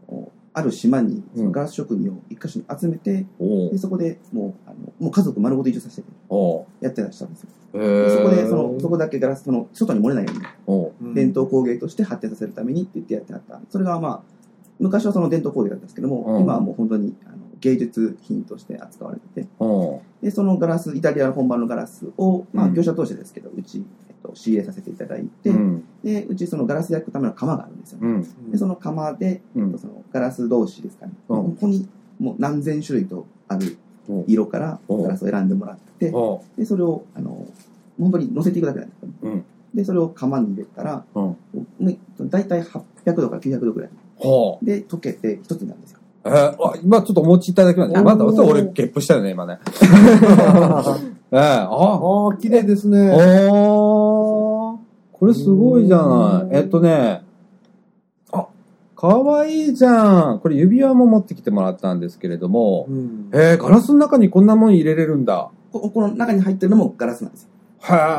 Speaker 3: おある島に、
Speaker 1: うん
Speaker 3: そのガラス職人を一箇所に集めて、
Speaker 1: お
Speaker 3: で、そこでもう、あのもう家族丸ごと移住させて
Speaker 1: お
Speaker 3: やってらっしゃったんですよ。
Speaker 1: そ
Speaker 3: でそこで、その、そこだけガラス、その、外に漏れないように、
Speaker 1: おう
Speaker 3: 伝統工芸として発展させるためにって言ってやってあった。それがまあ、昔はその伝統工芸だったんですけども、
Speaker 1: うん
Speaker 3: 今はもう本当にあの芸術品として扱われてて、
Speaker 1: おう
Speaker 3: で、そのガラス、イタリアの本場のガラスを、ま
Speaker 1: う
Speaker 3: あ、
Speaker 1: ん
Speaker 3: 業者同士ですけど、うち、えっと、仕入れさせていただいて、
Speaker 1: うん。
Speaker 3: で、うちそのガラス焼くための釜があるんですよね。
Speaker 1: うん。
Speaker 3: で、その釜で、
Speaker 1: う
Speaker 3: えっと
Speaker 1: ん。
Speaker 3: そのガラス同士ですかね、
Speaker 1: うん
Speaker 3: ここにもう何千種類とある
Speaker 1: おう
Speaker 3: 色から
Speaker 1: うん
Speaker 3: ガラスを選んでもらって、
Speaker 1: おう
Speaker 3: で、それを、あの、本当に乗せていくだけなんですよね。
Speaker 1: うん
Speaker 3: で、それを釜に入れたら、
Speaker 1: うん。
Speaker 3: ね大体800度から900度ぐらい
Speaker 1: ほう。
Speaker 3: で溶けて一つになるんですよ。
Speaker 1: えー、あ今ちょっとお持ちいただきました。
Speaker 2: おー
Speaker 1: まだ、そう俺ゲップしたよね、今 ね。えー、あ
Speaker 2: ああ、綺麗ですね。
Speaker 1: おー。これすごいじゃな
Speaker 2: う
Speaker 1: い。
Speaker 2: ん
Speaker 1: えっとね、あ、かわいいじゃん。これ指輪も持ってきてもらったんですけれども、
Speaker 2: うん
Speaker 1: えー、ガラスの中にこんなもん入れれるんだ。
Speaker 3: ここの中に入ってるのもガラスなんですよ。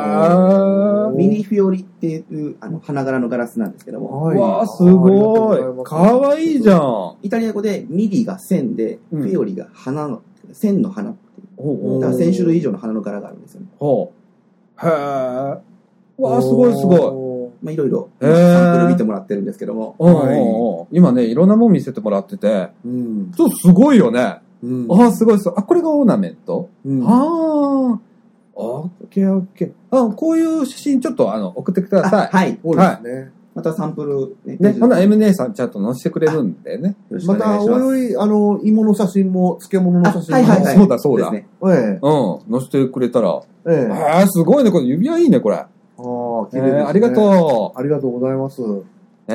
Speaker 1: は
Speaker 2: お
Speaker 1: ー
Speaker 2: ー
Speaker 3: ミニフィオリっていうあの花柄のガラスなんですけども、
Speaker 2: はい
Speaker 1: わあ、す
Speaker 2: あ
Speaker 1: ご
Speaker 2: り
Speaker 1: い
Speaker 2: がとう。ござ
Speaker 1: か
Speaker 2: ます
Speaker 1: わいいじゃん。お
Speaker 3: イタリア語でミディが線で、
Speaker 1: うん
Speaker 3: フィオリが花の、線の花っていう。
Speaker 1: お
Speaker 3: だ
Speaker 1: う
Speaker 3: から1000種類以上の花の柄があるんですよね。
Speaker 1: おう。へえ。わあ、すごいすごい。
Speaker 2: おー
Speaker 3: まあいろいろ、
Speaker 1: へー
Speaker 3: サンプル見てもらってるんですけども、
Speaker 1: うんうんうん今ね、いろんなもん見せてもらってて、
Speaker 2: うん。
Speaker 1: ちょっとすごいよね。
Speaker 2: うん
Speaker 1: ああ、すごいすごい。あ、これがオーナメント
Speaker 2: うん
Speaker 1: ああ。オッケーオッケー。あ、こういう写真ちょっとあの、送ってくださ
Speaker 3: あ
Speaker 1: い。
Speaker 3: はい。
Speaker 2: 多いですね。
Speaker 3: またサンプルね、
Speaker 1: ね、ほな、
Speaker 3: よ
Speaker 1: M 姉さんちゃんと載せてくれるんだよね。
Speaker 3: ろしくお
Speaker 2: また、
Speaker 3: 願いし
Speaker 2: お
Speaker 3: ます。
Speaker 2: よい、あの、芋の写真も、漬物の写真も。
Speaker 3: あはいはいはい
Speaker 1: そうだそうだ。
Speaker 3: ですね。
Speaker 2: え
Speaker 1: うん、載せてくれたら。
Speaker 2: え。ええ。
Speaker 1: あ
Speaker 2: あ
Speaker 1: あ、すごいね。これ指輪いいね、これ。
Speaker 2: あー、綺
Speaker 1: え
Speaker 2: 麗ですね。
Speaker 1: ーありがとう。
Speaker 2: ありがとうございます。
Speaker 1: え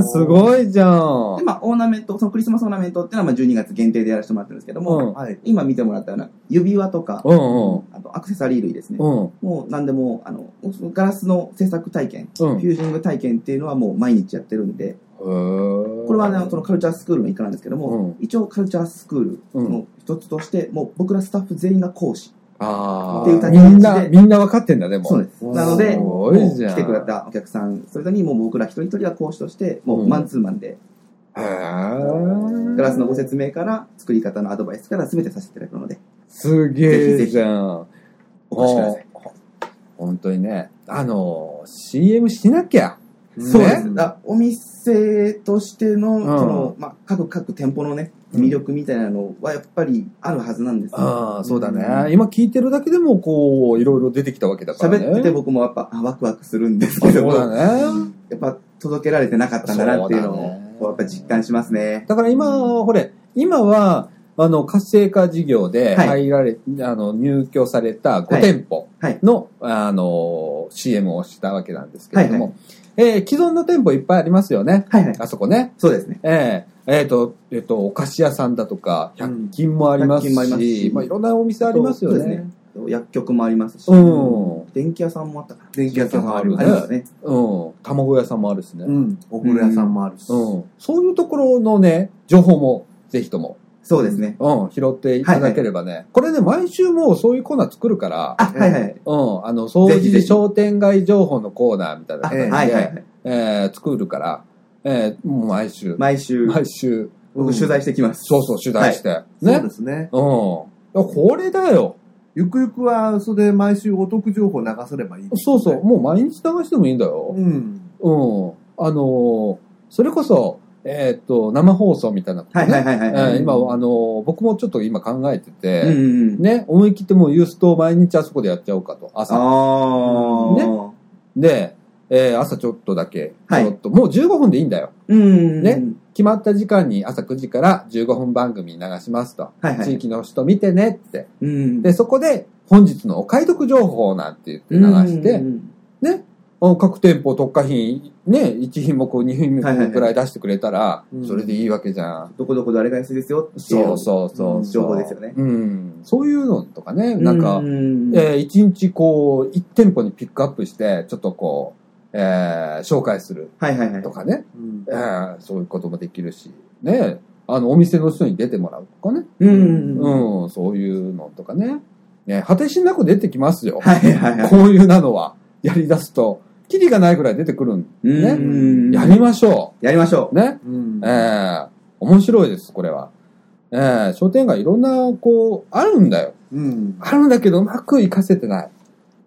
Speaker 1: ー、すごいじゃん
Speaker 3: で、。まあオーナメント、そのクリスマスオーナメントっていうのはまあ12月限定でやらせてもらってるんですけども、
Speaker 1: うん、
Speaker 2: はい。
Speaker 3: 今見てもらったような指輪とか、
Speaker 1: うんうん
Speaker 3: あとアクセサリー類ですね。
Speaker 1: うん、
Speaker 3: もう何でも、あの、ガラスの制作体験、
Speaker 1: うん。
Speaker 3: フュージング体験っていうのはもう毎日やってるんで、
Speaker 1: こ
Speaker 3: これはね、そのカルチャースクールの一環なんですけども、
Speaker 1: うん
Speaker 3: 一応カルチャースクールの一つとして、もう僕らスタッフ全員が講師。
Speaker 1: あ
Speaker 3: っ
Speaker 1: あ
Speaker 3: ていう、立ち
Speaker 1: み
Speaker 3: 位置
Speaker 1: ん
Speaker 3: で
Speaker 1: な、みんな分かってんだね、も
Speaker 3: そう
Speaker 1: う。
Speaker 3: です。なので、
Speaker 1: す
Speaker 3: も
Speaker 1: ご
Speaker 3: う
Speaker 1: いじゃん。
Speaker 3: 来てくれたお客さん、それぞれにもう僕ら一人一人が講師として、もうマンツーマンで、
Speaker 1: へー
Speaker 3: ガラスのご説明から作り方のアドバイスから全てさせていただくので、
Speaker 1: すげえじゃん。
Speaker 3: お越しください。
Speaker 1: 本当にね、あの、CM しなきゃ。
Speaker 3: そうです。
Speaker 2: ね
Speaker 3: だからお店としての、
Speaker 1: ん
Speaker 3: その、まあ、各、各店舗のね、
Speaker 1: うん
Speaker 3: 魅力みたいなのはやっぱりあるはずなんですよ。
Speaker 1: ああ、そうだ
Speaker 3: う
Speaker 1: ね。今聞いてるだけでも、こう、いろいろ出てきたわけだからね。
Speaker 3: 喋ってて僕もやっぱあワクワクするんですけど
Speaker 1: そ
Speaker 3: も、
Speaker 1: うだね。
Speaker 3: やっぱ届けられてなかったんだなっていうの
Speaker 1: そうだ
Speaker 3: を
Speaker 1: ね、
Speaker 3: こうやっぱ実感しますね。
Speaker 1: だから今、ほれ、今は、あの、活性化事業で
Speaker 3: はい
Speaker 1: 入られ、あの、入居された
Speaker 3: は
Speaker 1: 5
Speaker 3: い
Speaker 1: 店舗
Speaker 3: はい
Speaker 1: の、あの、CM をしたわけなんですけれども、
Speaker 3: は
Speaker 1: えー既存の店舗いっぱいありますよね。
Speaker 3: はいはい。
Speaker 1: あそこね。
Speaker 3: そうですね。
Speaker 1: えええっ、と、えっ、と、お菓子屋さんだとか、
Speaker 2: うん
Speaker 1: 100均もありますし、
Speaker 3: 100均も
Speaker 1: ま
Speaker 3: ありますし
Speaker 1: あ、いろんなお店ありますよ
Speaker 3: そうです
Speaker 1: ね。
Speaker 3: 薬局もありますし、
Speaker 1: うん
Speaker 3: 電気屋さんもあったかな。
Speaker 2: 電気屋さんもあり
Speaker 3: あ
Speaker 2: ます
Speaker 3: り
Speaker 2: ね。
Speaker 3: ますね。
Speaker 1: うん。卵屋さんもあるしね。
Speaker 2: うん。お風呂屋さんもあるし。
Speaker 1: うん。そういうところのね、情報も、ぜひとも、
Speaker 3: そうですね。
Speaker 1: うん、拾っていただければね。これね、毎週もうそういうコーナー作るから、
Speaker 3: あ、はいはい。
Speaker 1: うん、あの、掃
Speaker 3: ぜひぜ
Speaker 1: 除
Speaker 3: ひ
Speaker 1: 商店街情報のコーナーみたいな
Speaker 3: あ
Speaker 1: 感
Speaker 3: は
Speaker 1: じで、
Speaker 3: いはいはい。
Speaker 1: えー作るから、えーもう毎週、
Speaker 3: 毎週、
Speaker 1: 毎週、
Speaker 3: 僕取材してきます。
Speaker 1: そうそう、取材して、
Speaker 2: そ
Speaker 1: ね。
Speaker 2: うですね。
Speaker 1: うん。いやこれだよ。
Speaker 2: ゆくゆくは、それで毎週お得情報流せればいい。
Speaker 1: そうそう、。もう毎日流してもいいんだよ。
Speaker 2: うん。
Speaker 1: うん。あのーそれこそ、えーっと、生放送みたいなこと
Speaker 3: は
Speaker 1: ね。
Speaker 3: いはいはいはいはい。
Speaker 1: えー今、あのー僕もちょっと今考えてて、
Speaker 3: うんうんうん。
Speaker 1: ね、思い切ってもうユーストを毎日あそこでやっちゃおうかと、
Speaker 3: あ
Speaker 1: 朝。
Speaker 3: ー。
Speaker 1: ねで、えー朝ちょっとだけ、ち
Speaker 3: はい
Speaker 1: ょっと、もう15分でいいんだよ。
Speaker 3: うん。
Speaker 1: ね。決まった時間に朝9時から15分番組流しますと。
Speaker 3: はいは
Speaker 1: 地
Speaker 3: い。
Speaker 1: 域の人見てねって。
Speaker 3: うん
Speaker 1: で、そこで本日のお買い得情報なんて言って流して、
Speaker 3: うんうんうん
Speaker 1: うん各店舗特化品、ね、1品目、2品
Speaker 3: はいはいは
Speaker 1: 目
Speaker 3: い
Speaker 1: くらい出してくれたら
Speaker 2: う、ん
Speaker 1: それでいいわけじゃん。
Speaker 3: どこどこどあれが安いですよっていう
Speaker 1: そうそうそうう。
Speaker 2: ん
Speaker 3: 情報ですよね。
Speaker 1: うん。そういうのとかね、なんか
Speaker 3: う、ん
Speaker 1: えー一日こう、一店舗にピックアップして、ちょっとこう、えー紹介する
Speaker 3: はいはいはい
Speaker 1: と。かね、
Speaker 2: うん
Speaker 1: えーそういうこともできるし、ね、あの、お店の人に出てもらうとかね、
Speaker 3: うんうんうん。
Speaker 1: うん、そういうのとかね、ね、果てしなく出てきますよ。
Speaker 3: はいはいはい。
Speaker 1: こういうなのは、やり出すと、キリがないぐらい出てくるんね
Speaker 3: うん
Speaker 1: やりましょ
Speaker 3: やりましょ
Speaker 1: う。ね。
Speaker 2: うん
Speaker 1: ええ面白いです、これは。ええ商店街いろんな、こう、あるんだよ。
Speaker 2: うん。
Speaker 1: あるんだけど、うまく活かせてない。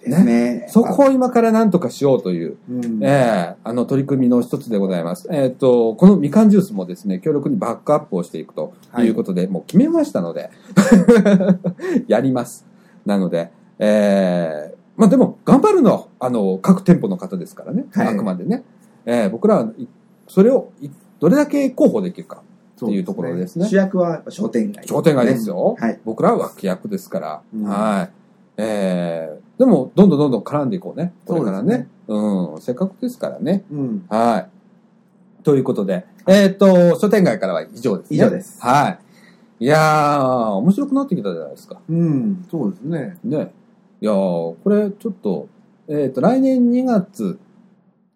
Speaker 3: う。ですね。
Speaker 1: そこを今から何とかしようという、
Speaker 2: うん
Speaker 1: ええあの、取り組みの一つでございます。えっ、と、このみかんジュースもですね、強力にバックアップをしていくということで、もう決めましたので、 やります。なので、ええまあでも、頑張るのは、あの、各店舗の方ですからね、
Speaker 3: はい
Speaker 1: あくまでね。ええ僕らは、いそれをい、どれだけ広報できるかっていうところですね。
Speaker 3: 主役はやっぱ商店街。
Speaker 1: 商店街ですよ。
Speaker 3: はい。
Speaker 1: 僕らは脇役ですから。
Speaker 2: うん
Speaker 1: はい。えー、でも、どんどんどんどん絡んでいこうね。これから
Speaker 2: そう
Speaker 1: ね。
Speaker 2: です
Speaker 1: うん。せっかくですからね。
Speaker 2: うん。
Speaker 1: はい。ということで、えーっ、と、商店街からは以上ですね。
Speaker 3: 以上です
Speaker 1: はい。いやー、面白くなってきたじゃないですか。
Speaker 2: うん。そうですね。
Speaker 1: ね。いやー、これちょっと、えーっ、と、来年2月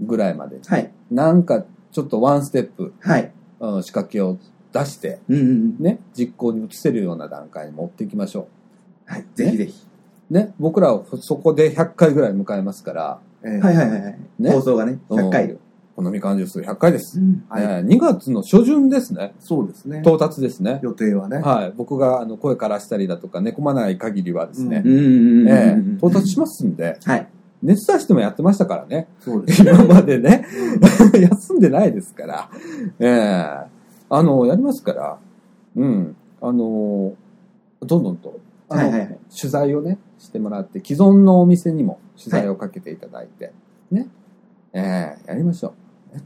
Speaker 1: ぐらいまで、
Speaker 3: はい。
Speaker 1: なんかちょっとワンステップ、
Speaker 3: はい。
Speaker 1: うん、仕掛けを出して、
Speaker 3: うんうんうん。
Speaker 1: ね、実行に移せるような段階に持っていきましょ
Speaker 3: はい。ぜひぜひ。
Speaker 1: う。ね、僕らはそこで100回ぐらい迎えますから、
Speaker 2: ええ
Speaker 3: はいはいはいはい。
Speaker 1: ね
Speaker 3: 放送がね、
Speaker 1: うん
Speaker 3: 100回よ。
Speaker 1: このみかんジュース100回です。
Speaker 3: うん
Speaker 2: はい
Speaker 1: えー2月の初旬ですね。
Speaker 2: そうですね。
Speaker 1: 到達ですね。
Speaker 2: 予定はね。
Speaker 1: はい。僕があの声からしたりだとか、寝込まない限りはですね、
Speaker 3: うんうんうんうん。
Speaker 1: えー到達しますんで、
Speaker 3: はい。
Speaker 1: 熱出してもやってましたからね。
Speaker 2: そうです。
Speaker 1: 今までね、 休んでないですから。ええあの、やりますから、うん。あの、どんどんと、あの
Speaker 3: はいはいはい。
Speaker 1: 取材をね、してもらって、既存のお店にも取材をかけていただいて、ね。ええやりましょう。ね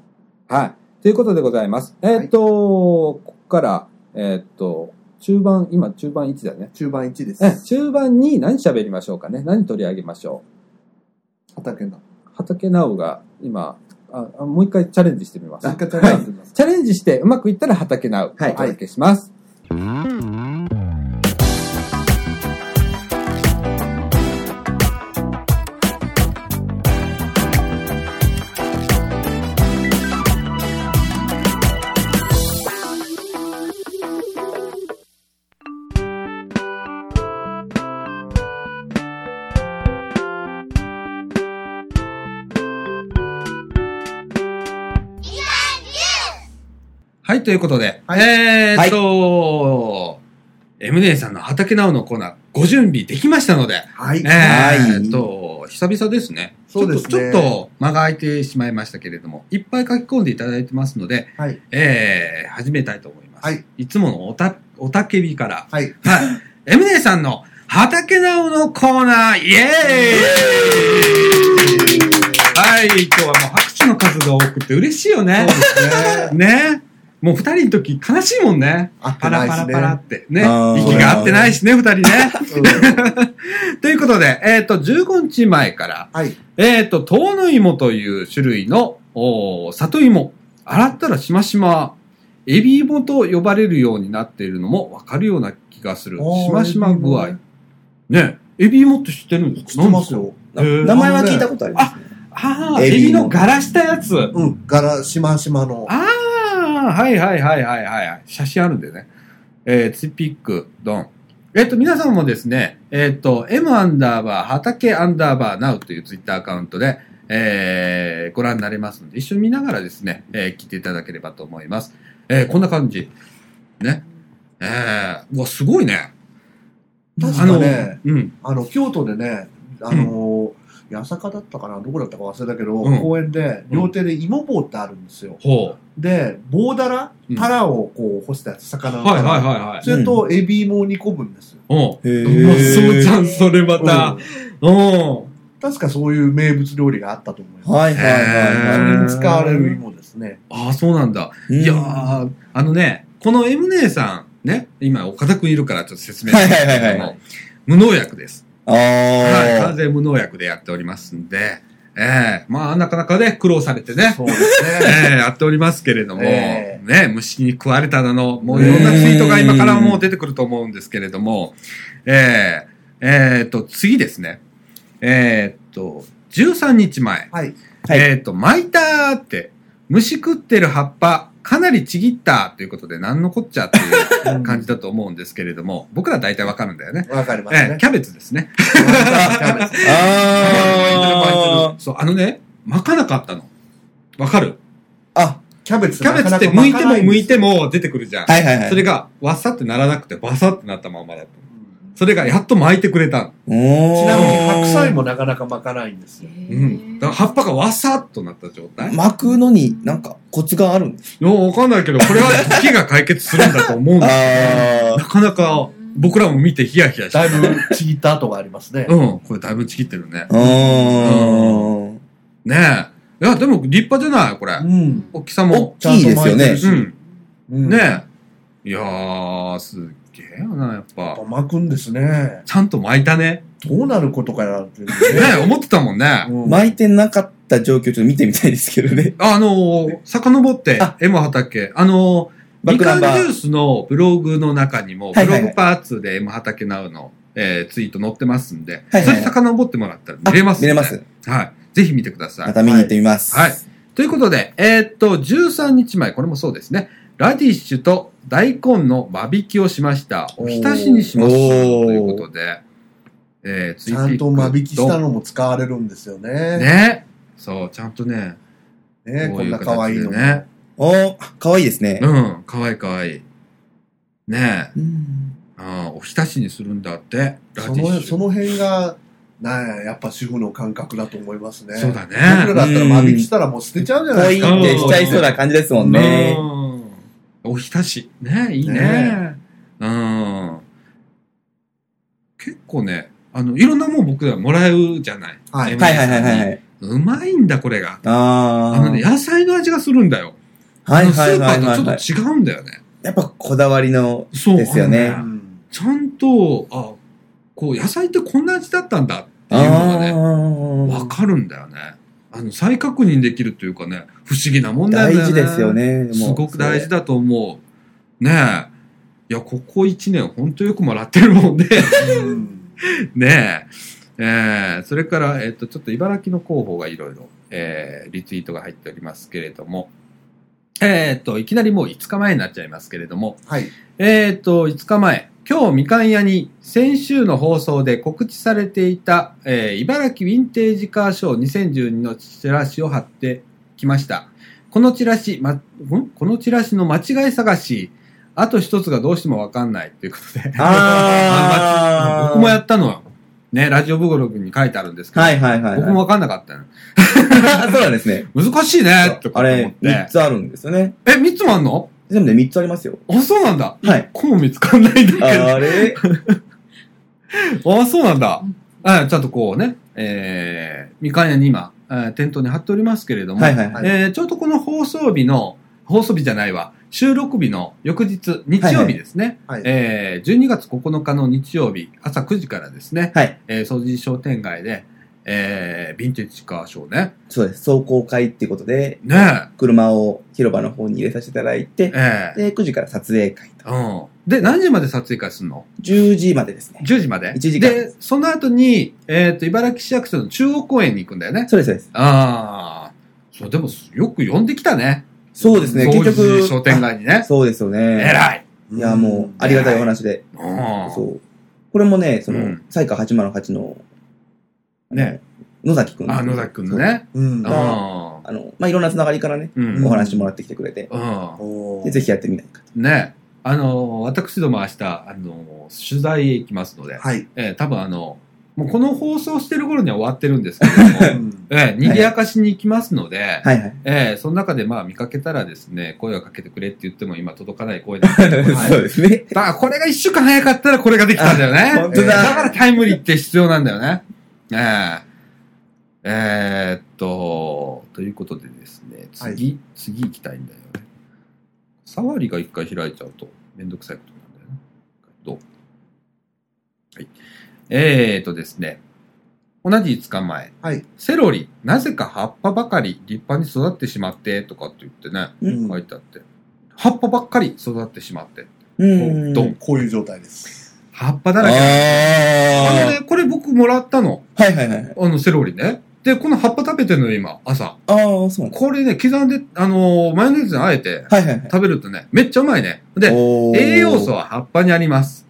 Speaker 1: はい。ということでございます。えーっと、ここから、えーっと、中盤、今中盤1だよね。
Speaker 2: 中盤1で
Speaker 1: え
Speaker 2: す。
Speaker 1: 中盤に何喋りましょうかね。何取り上げましょう。
Speaker 2: 畑の。
Speaker 1: 畑直が今ああもう一回チャレンジしてみます
Speaker 2: 実家チャレンジしてます。
Speaker 1: チャレンジしてうまくいったら畑直、
Speaker 3: はい
Speaker 1: お届けします、はい、ということで、えーっと、M 姉さんの畑直のコーナー、ご準備できましたので、
Speaker 2: はい。
Speaker 1: えーっと、久々ですね。
Speaker 2: そうですね
Speaker 1: ちょっと、ちょっと間が空いてしまいましたけれども、いっぱい書き込んでいただいてますので、
Speaker 2: はい。
Speaker 1: えー、始めたいと思います。
Speaker 2: はい。
Speaker 1: つものおた、おたけびから、
Speaker 2: はい。
Speaker 1: はい。エムネさんの畑直のコーナー、イエーイはい、今日はもう拍手の数が多くて嬉しいよ
Speaker 2: そう
Speaker 1: ね
Speaker 2: で。 すね。
Speaker 1: ね。もう二人の時悲しいもんね。
Speaker 2: あっ
Speaker 1: パ
Speaker 2: て
Speaker 1: ラ
Speaker 2: な
Speaker 1: パ
Speaker 2: いで
Speaker 1: ラパ
Speaker 2: すね。
Speaker 1: ラってね。
Speaker 4: あー
Speaker 1: 息が合ってないしね、二人ね。
Speaker 2: うん
Speaker 1: ということで、えっ、と、15日前から、
Speaker 2: はい。
Speaker 1: えっ、と、遠野芋という種類の、おー里芋。洗ったらしましま。エビ芋と呼ばれるようになっているのもわかるような気がする。
Speaker 2: あー
Speaker 1: しましま具合
Speaker 2: エビ。
Speaker 1: ねエビ芋って知ってるんですか
Speaker 2: 知ってます。よ。
Speaker 1: なんですかへー
Speaker 4: 名前は聞いたことあります、ね。
Speaker 1: ああ、エ
Speaker 4: エビ芋
Speaker 1: ビの柄したやつ。
Speaker 2: うん。柄、しましまの。
Speaker 1: ああ、はいはいはいはいはいはい。写真あるんでね。えー、ツイピック、ドン。えっ、と、皆さんもですね、えっ、と、m アンダーバー、畑アンダーバー now というツイッターアカウントで、えー、ご覧になれますので、一緒に見ながらですね、えー、聞いていただければと思います。えー、こんな感じ。ね。えー、うわ、すごいね。
Speaker 2: 確かね、
Speaker 1: あの、うん。
Speaker 2: あの、京都でね、あの、八坂だったかな、どこだったか忘れたけど、
Speaker 1: うん
Speaker 2: 公園で、
Speaker 1: うん
Speaker 2: 両手で芋棒ってあるんですよ。
Speaker 1: ほ
Speaker 2: で、棒だら
Speaker 1: うん
Speaker 2: タラをこう干したやつ、
Speaker 1: う。
Speaker 2: 魚の
Speaker 1: はい
Speaker 2: タ
Speaker 1: はい
Speaker 2: ラ。
Speaker 1: はいはい。
Speaker 2: それと、エビ芋を煮込むんですよ。
Speaker 1: おう
Speaker 4: へ
Speaker 1: うま そうじゃん、
Speaker 4: ー
Speaker 1: それまた
Speaker 2: う。ん
Speaker 1: おう
Speaker 2: 確かそういう名物料理があったと思います。
Speaker 4: はいはいはい
Speaker 2: そ
Speaker 4: は
Speaker 2: れに使われる芋ですね。
Speaker 1: ああ、そうなんだ。
Speaker 4: い。
Speaker 1: いや
Speaker 4: うん
Speaker 1: ー、あのね、この M 姉さん、ね、今、岡田くんいるからちょっと説明しますけ
Speaker 4: はいは
Speaker 1: ど
Speaker 4: いはいは
Speaker 1: も、無農薬です。
Speaker 4: あ
Speaker 1: はい、
Speaker 4: あ
Speaker 1: 完。全無農薬でやっておりますんで、ええまあ、なかなかね、苦労されてね、
Speaker 2: そうです
Speaker 1: え
Speaker 2: ね。
Speaker 1: えやっておりますけれ ども、
Speaker 2: え
Speaker 1: ね、虫に食われただの、もういろんなツイートが今からもう出てくると思うんですけれども、えええーっと、次ですね、えーっと、13日前、
Speaker 2: はい。
Speaker 4: はい
Speaker 1: えっ、と、巻いたーって、虫食ってる葉っぱ、かなりちぎったということで、なんのこっちゃっていう 感じだと思うんですけれども、僕ら大体わかるんだよね。
Speaker 2: わかりま
Speaker 1: え
Speaker 2: す
Speaker 1: ー
Speaker 2: ね。
Speaker 1: キャベツですね。
Speaker 4: ああ。
Speaker 1: そう、あのね、巻かなかったの。わかる
Speaker 4: あ、
Speaker 2: キャベツ
Speaker 1: キャベツって剥いても剥いても出てくるじゃん。
Speaker 4: はいはいはい。
Speaker 1: それが、わさってならなくて、バサってなったままだった。
Speaker 2: うん
Speaker 1: それがやっと巻いてくれたの。
Speaker 4: おー
Speaker 2: ちなみに白菜もなかなか巻かないんですよ。
Speaker 1: うん。だから葉っぱがわさっとなった状態。
Speaker 4: 巻くのになんかコツがあるんです
Speaker 1: いや、わかんないけど、これは時が解決するんだと思うんだけど。
Speaker 4: あ
Speaker 1: なかなか僕らも見てヒヤヒヤして。
Speaker 2: だいぶちぎった跡がありますね。
Speaker 1: うん、これだいぶちぎってるね
Speaker 4: あ。。うん。
Speaker 1: ねえ。いや、でも立派じゃないこれ。
Speaker 2: うん。
Speaker 1: 大きさ
Speaker 4: 大
Speaker 1: も。
Speaker 4: きいですよね。
Speaker 1: うん。
Speaker 2: うん
Speaker 1: ねえ。いやー、すっげえよな、やっぱ。
Speaker 2: 巻くんですね。
Speaker 1: ちゃんと巻いたね。
Speaker 2: どうなることかなってね。
Speaker 1: ねえ、思ってたもんね。
Speaker 2: うん
Speaker 4: 巻いてなかった状況ちょっと見てみたいですけどね。
Speaker 1: あのー、遡って
Speaker 4: あ、
Speaker 1: M 畑。あのー、
Speaker 4: バッ
Speaker 1: み
Speaker 4: クナ
Speaker 1: かん
Speaker 4: ン
Speaker 1: ジ
Speaker 4: バ
Speaker 1: ュ
Speaker 4: ー。
Speaker 1: ースのブログの中にも、
Speaker 4: は
Speaker 1: ブ
Speaker 4: いは
Speaker 1: ロ
Speaker 4: いはい
Speaker 1: グパーツで M 畑ナウの、えーツイート載ってますんで、
Speaker 4: はいはい
Speaker 1: それ遡ってもらったら見れますんで
Speaker 4: 見れます。
Speaker 1: はい。ぜひ見てください
Speaker 4: ま。た見に行ってみます。
Speaker 1: はい。ということで、えーっと、13日前、これもそうですね。ラディッシュと大根の間引きをしました。おひたしにしました。
Speaker 4: おー
Speaker 1: ということで、えー、ツ
Speaker 2: ちゃんと間引きしたのも使われるんですよ
Speaker 1: と
Speaker 2: ね。
Speaker 1: ね。そう、ちゃんとね、
Speaker 2: ね
Speaker 1: こ
Speaker 2: こ
Speaker 1: うんい
Speaker 2: な
Speaker 1: う
Speaker 2: 可愛
Speaker 1: 形
Speaker 2: い
Speaker 1: で
Speaker 2: のも。
Speaker 1: ね。
Speaker 4: おかわいいですね。
Speaker 1: うん、かわいいかわいい。ねえ、
Speaker 4: うん
Speaker 1: あーおひたしにするんだって、ラディ
Speaker 2: そ
Speaker 1: ッ
Speaker 2: の
Speaker 1: シュ。
Speaker 2: その辺が、なんや、やっぱ主婦の感覚だと思いますね。
Speaker 1: そうだね。
Speaker 2: 僕らだったら間引きしたらもう捨てちゃうじゃ
Speaker 4: 可
Speaker 2: な
Speaker 4: 愛
Speaker 2: い
Speaker 4: い
Speaker 2: ですか。
Speaker 4: ってしちゃいそうな感じですもんね。
Speaker 1: うんおひたし。ねいいね
Speaker 2: ね
Speaker 1: うん。結構ね、あの、いろんなもん僕らもらうじゃない。
Speaker 2: はい
Speaker 4: はいはいはいはい。はい。
Speaker 1: うまいんだ、これが。あ
Speaker 4: あ
Speaker 1: の
Speaker 4: あ
Speaker 1: ね、。野菜の味がするんだよ。
Speaker 4: はいはいは
Speaker 1: あ
Speaker 4: い
Speaker 1: の
Speaker 4: は
Speaker 1: スーパ
Speaker 4: いは
Speaker 1: ー
Speaker 4: い
Speaker 1: と。ちょっと違うんだよね。
Speaker 4: やっぱこだわりの、
Speaker 1: そう。
Speaker 4: ですよね
Speaker 1: あの
Speaker 2: うん
Speaker 1: ちゃんと、あ、こう、野菜ってこんな味だったんだっていうのがね、わ
Speaker 4: あ
Speaker 1: かるんだよね。あの、再確認できるというかね、不思議なも
Speaker 4: あ。
Speaker 1: んだよ
Speaker 4: 大
Speaker 1: ね。
Speaker 4: 事ですよね。もう
Speaker 1: すごく大事だと思う。ねえ。いや、ここ1年、ほんとよくもらってるもんで。
Speaker 2: うん
Speaker 1: ねえ。えーそれから、えっ、と、ちょっと茨城の広報がいろいろ、えーリツイートが入っておりますけれども、えっ、と、いきなりもう5日前になっちゃいますけれども、
Speaker 2: はい。
Speaker 1: えっ、と、5日前、今日みかん屋に先週の放送で告知されていた、えー茨城ヴィンテージカーショー2012のチラシを貼ってきました。このチラシ、ま、んこのチラシの間違い探し、あと一つがどうしてもわかんないということで。
Speaker 4: あー
Speaker 1: 僕もやったのよ。ね、ラジオブログに書いてあるんですけど。
Speaker 4: はいはいはいはい。
Speaker 1: 僕もわかんなかったの。
Speaker 4: そうなんですね。
Speaker 1: 難しいねとか
Speaker 4: あ
Speaker 1: 思っ
Speaker 4: れ
Speaker 1: て、。
Speaker 4: 3つあるんですよね。
Speaker 1: え、3つもあんの
Speaker 4: 全部で3つありますよ。
Speaker 1: あ、そうなんだ。
Speaker 4: はい。
Speaker 1: こう見つかんないんだけど。
Speaker 4: あれ
Speaker 1: ああ、そうなんだ。あちゃんとこうね、えー、みかん屋に今、えー店頭に貼っておりますけれども、
Speaker 4: はいはいはい。
Speaker 1: えーちょうどこの放送日の、放送日じゃないわ、収録日の翌日、日曜日ですね、
Speaker 2: はいはい
Speaker 1: えー12月9日の日曜日、朝9時からですね、
Speaker 4: はい。
Speaker 1: えー、掃除商店街で、えー、ヴィンテージカーショーね。
Speaker 4: そうです。走行会っていうことで、
Speaker 1: ね
Speaker 4: 車を広場の方に入れさせていただいて
Speaker 1: え、、え
Speaker 4: で、9時から撮影会と。
Speaker 1: えうん。で、何時まで撮影会するの
Speaker 4: 10時までですね。
Speaker 1: ?10 時まで。
Speaker 4: 1時間
Speaker 1: で、その後に、えっ、と、茨城市役所の中央公園に行くんだよね。
Speaker 4: そうです、そうです。
Speaker 1: ああ、そう、でも、よく呼んできたね。
Speaker 4: そうですね、
Speaker 1: 当
Speaker 4: 結
Speaker 1: 時
Speaker 4: 局。
Speaker 1: 商店街に
Speaker 4: あ
Speaker 1: ね。
Speaker 4: そうですよね。
Speaker 1: 偉い。
Speaker 4: いや、もう、ありがたいお話で。
Speaker 1: うん
Speaker 4: そう。これもね、そうの
Speaker 1: ん、
Speaker 4: サイカ808の、
Speaker 1: ね。
Speaker 4: 野崎くん。
Speaker 1: あ、野崎くんの。ね。
Speaker 2: う。うん
Speaker 1: う。
Speaker 4: あ
Speaker 1: ん
Speaker 4: あの、まあ、いろんなつながりからね、
Speaker 1: うん
Speaker 4: お話もらってきてくれて、
Speaker 1: うん。
Speaker 2: おー
Speaker 4: でぜひやってみないかと。
Speaker 1: ね。あの、私ども明日、あの、取材へ行きますので、
Speaker 2: はい。
Speaker 1: えー多分あの、もうこの放送してる頃には終わってるんですけれども、 えー、賑やかしに行きますので、
Speaker 4: はいはい。
Speaker 1: えーその中でまあ見かけたらですね、声をかけてくれって言っても今届かない声なんですけど
Speaker 4: そうですね。
Speaker 1: だからこれが一週間早かったらこれができたんだよね。
Speaker 4: あ本当だ
Speaker 1: えーだからタイムリーって必要なんだよね。えええーっと、ということでですね、次、次行きたいんだよね。触りが一回開いちゃうとめんどくさいことなんだよね。どうはい。えーっとですね、同じ5日前。
Speaker 2: はい
Speaker 1: セロリ、なぜか葉っぱばかり立派に育ってしまって、とかって言ってね、
Speaker 2: うん
Speaker 1: 書いてあって。葉っぱばっかり育ってしまって。
Speaker 4: うん。
Speaker 1: ドン
Speaker 2: こういう状態です。
Speaker 1: 葉っぱだ
Speaker 4: あ
Speaker 1: らけあの
Speaker 4: あ。
Speaker 1: ね、これ僕もらったの。
Speaker 4: はいはいはいはい。
Speaker 1: あの、セロリね。で、この葉っぱ食べてるのよ、今、朝。
Speaker 4: ああ、そうなんだ。
Speaker 1: これね、刻んで、あのーマヨネーズにあえて
Speaker 4: はいはいはい。
Speaker 1: 食べるとね、めっちゃうまいね。で、
Speaker 4: おー
Speaker 1: 栄養素。は葉っぱにあります。